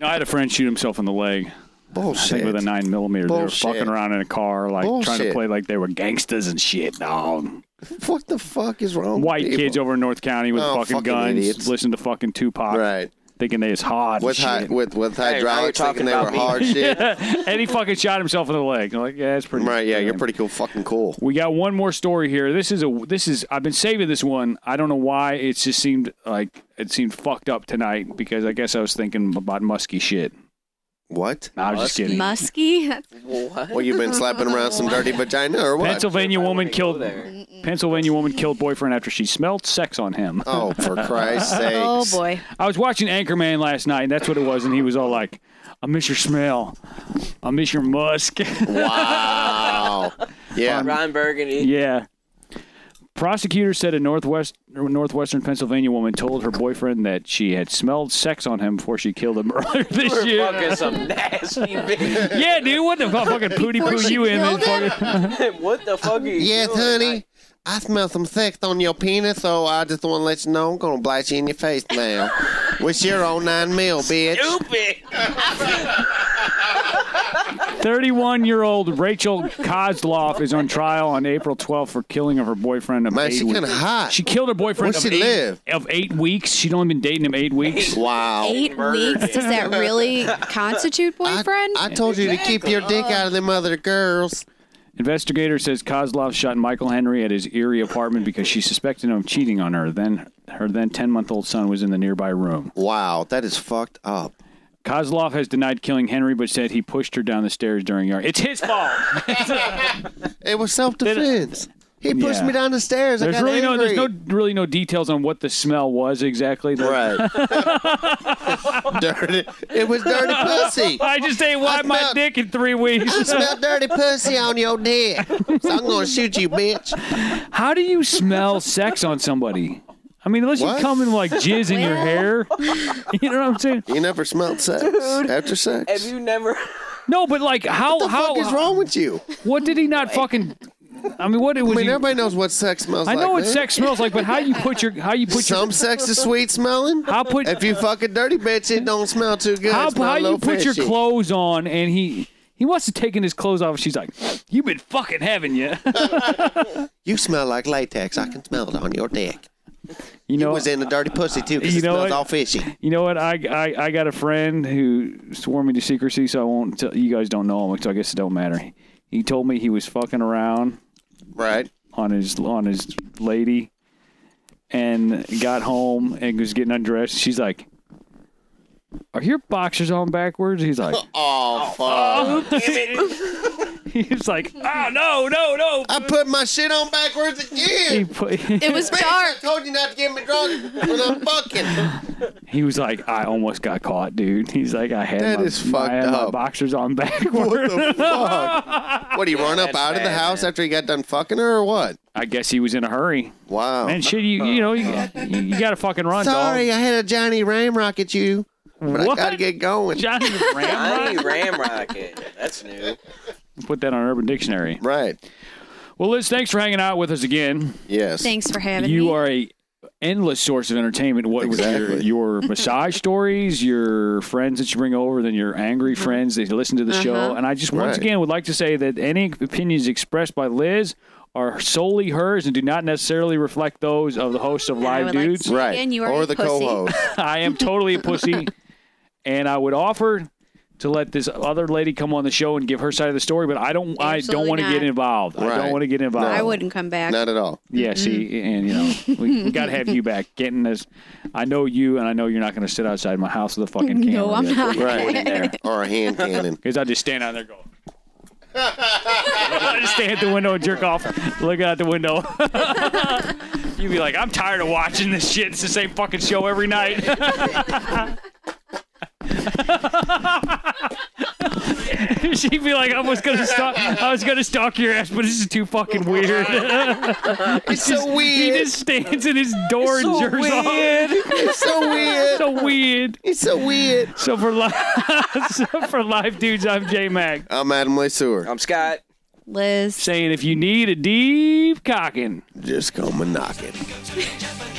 I had a friend shoot himself in the leg. I
Bullshit.
think with a nine millimeter. They were
Bullshit.
fucking around in a car, like trying to
Bullshit.
play like they were gangsters and shit. Dog.
What the fuck is wrong? with
White
people?
kids over in North County with
Oh,
fucking,
fucking
guns,
idiots.
listen to fucking Tupac,
Right.
thinking they is hard.
With,
and
hy-
shit.
with with hydraulics
now you're
thinking they
talking
were
about me.
<laughs>
hard shit.
and he fucking shot himself in the leg. I'm like, yeah, it's pretty.
Right, yeah, you're
damn.
pretty cool, fucking cool.
We got one more story here. This is a this is I've been saving this one. I don't know why it just seemed like it seemed fucked up tonight because I guess I was thinking about musky shit.
What?
No, I was just kidding.
Musky? That's
What?
Well, you've been slapping around
<laughs>
some dirty vagina or what?
Pennsylvania woman killed
there.
Pennsylvania woman killed boyfriend after she smelled sex on him.
Oh, for Christ's sake.
Oh boy.
<laughs> I was watching Anchorman last night, and that's what it was. And he was all like, "I miss your smell, I miss your musk." <laughs>
Wow. Yeah.
Ron Burgundy.
yeah. Prosecutor said a northwest northwestern Pennsylvania woman told her boyfriend that she had smelled sex on him before she killed him <laughs> earlier this
We're
year.
fucking some nasty <laughs> bitch.
Yeah, dude, what the fuck? Fucking pooty poo
she
you in
killed
this
him?
fucking.
what the fuck are you
Yes,
doing?
honey. I smell some sex on your penis, so I just want to let you know I'm going to blast you in your face
<laughs>
now. With your own nine mil, bitch.
Stupid.
31 year old Rachel Kozloff is on trial on April 12th for killing of her boyfriend. Of
Man,
eight
she
weeks.
kinda hot.
She killed her boyfriend
Where'd
of,
she
eight,
live?
of eight weeks. She'd only been dating him eight weeks.
Wow.
Eight weeks? Does that
<laughs>
really constitute
I,
boyfriend?
I told you to keep your dick out of them other girls.
Investigator says Kozlov shot Michael Henry at his Erie apartment because she suspected him of cheating on her. Then her then 10 month old son was in the nearby room.
Wow, that is fucked up.
Kozlov has denied killing Henry, but said he pushed her down the stairs during yard. It's his
<laughs>
fault.
It was self defense. He pushed
Yeah.
me down the stairs. I
There's
got
really no
angry.
there's no really no details on what the smell was exactly. There-
<laughs> Right. <laughs> dirty. It was dirty pussy.
<laughs> I just ain't wiped my
smelled-
dick in three weeks.
<laughs> Smell dirty pussy on your dick. So I'm gonna shoot you, bitch.
How do you smell sex on somebody? I mean, unless
What?
you come and like jizz in your
<laughs>
hair, you know what I'm saying?
You never smelled sex after sex.
Have you never?
No, but like, how
what the
how
fuck is wrong with you?
what did he not fucking? I mean, what it
I
was?
mean,
he-
everybody knows what sex smells
I
like.
know what
man.
sex smells like, but how
<laughs>
you put your how you put your
Some sex is sweet smelling.
how put
If you fuck a dirty bitch, it don't smell too good.
how,
It smell
how
a
you
little
put your
fishy.
clothes on and he he must have taken his clothes off. and She's like, you've been fucking having <laughs> you.
You smell like latex. I can smell it on your dick.
You
You
know,
was in the dirty pussy too, because
You
it
know
smells
what?
all fishy.
You know what? I, I I got a friend who swore me to secrecy, so I won't. Tell, you guys don't know him, so I guess it don't matter. He told me he was fucking around
Right.
on his on his lady, and got home and was getting undressed. She's like, "Are your boxers on backwards?" He's
<laughs>
like,
Oh fuck.
<laughs> "He's like, oh no, no, no."
I put my shit on backwards
He
again.
put, <laughs>
it was
Bitch,
dark.
I told you not to get me drunk when I'm fucking.
he was like, "I almost got caught, dude." He's like, "I had
That
my,
is
my-
fucked
I had my
up.
boxers on <laughs> backwards."
What the fuck? What, he run up
that's
out of the
bad,
house
man.
after he got done fucking her or what?
I guess he was in a hurry.
Wow.
And shit, you you know you, you got to fucking run. dog.
Oh. Sorry, I had a Johnny Ramrock at you, but
What?
I gotta get going.
Johnny
<laughs>
Ramrod.
Johnny Ramrocket. That's new.
Put that on Urban Dictionary.
right.
Well, Liz, thanks for hanging out with us again.
Yes.
Thanks for having me.
You are a endless source of entertainment. What was
<laughs>
Exactly.
your, your massage stories, your friends that you bring over, then your angry
Mm-hmm.
friends that listen to the
Uh-huh.
show. And I just once
Right.
again would like to say that any opinions expressed by Liz are solely hers and do not necessarily reflect those of the host of
I would
Live
like to
<laughs> Dudes.
say-
Right.
Again, you are
or
a
the
pussy.
co-host.
<laughs>
I am totally a pussy, and I would offer to let this other lady come on the show and give her side of the story, but I don't. I don't
Absolutely
want to get
not.
involved. I don't
Right.
want to get involved.
I wouldn't come back.
Not at all.
Yeah,
Mm-hmm.
see, and you know, we, we got to have you back. Getting this, I know you, and I know you're not going to sit outside my house with a fucking
<laughs>
camera.
No, I'm not.
Right. <laughs> or a
<laughs>
hand cannon.
Because I just stand out there going. <laughs> I just stand at the window and jerk off, looking out the window. <laughs> You'd be like, I'm tired of watching this shit. It's the same fucking show every night. <laughs> She'd be like, I was gonna stalk, I was gonna stalk your ass, but this is too fucking weird.
It's so
he
weird.
just stands in his door and jerks off.
It's so weird.
So weird.
It's so weird.
So for live, <laughs> so for live dudes, I'm J Mac
I'm Adam Lesueur.
I'm Scott.
Liz.
saying if you need a deep cocking.
Just come and knock it.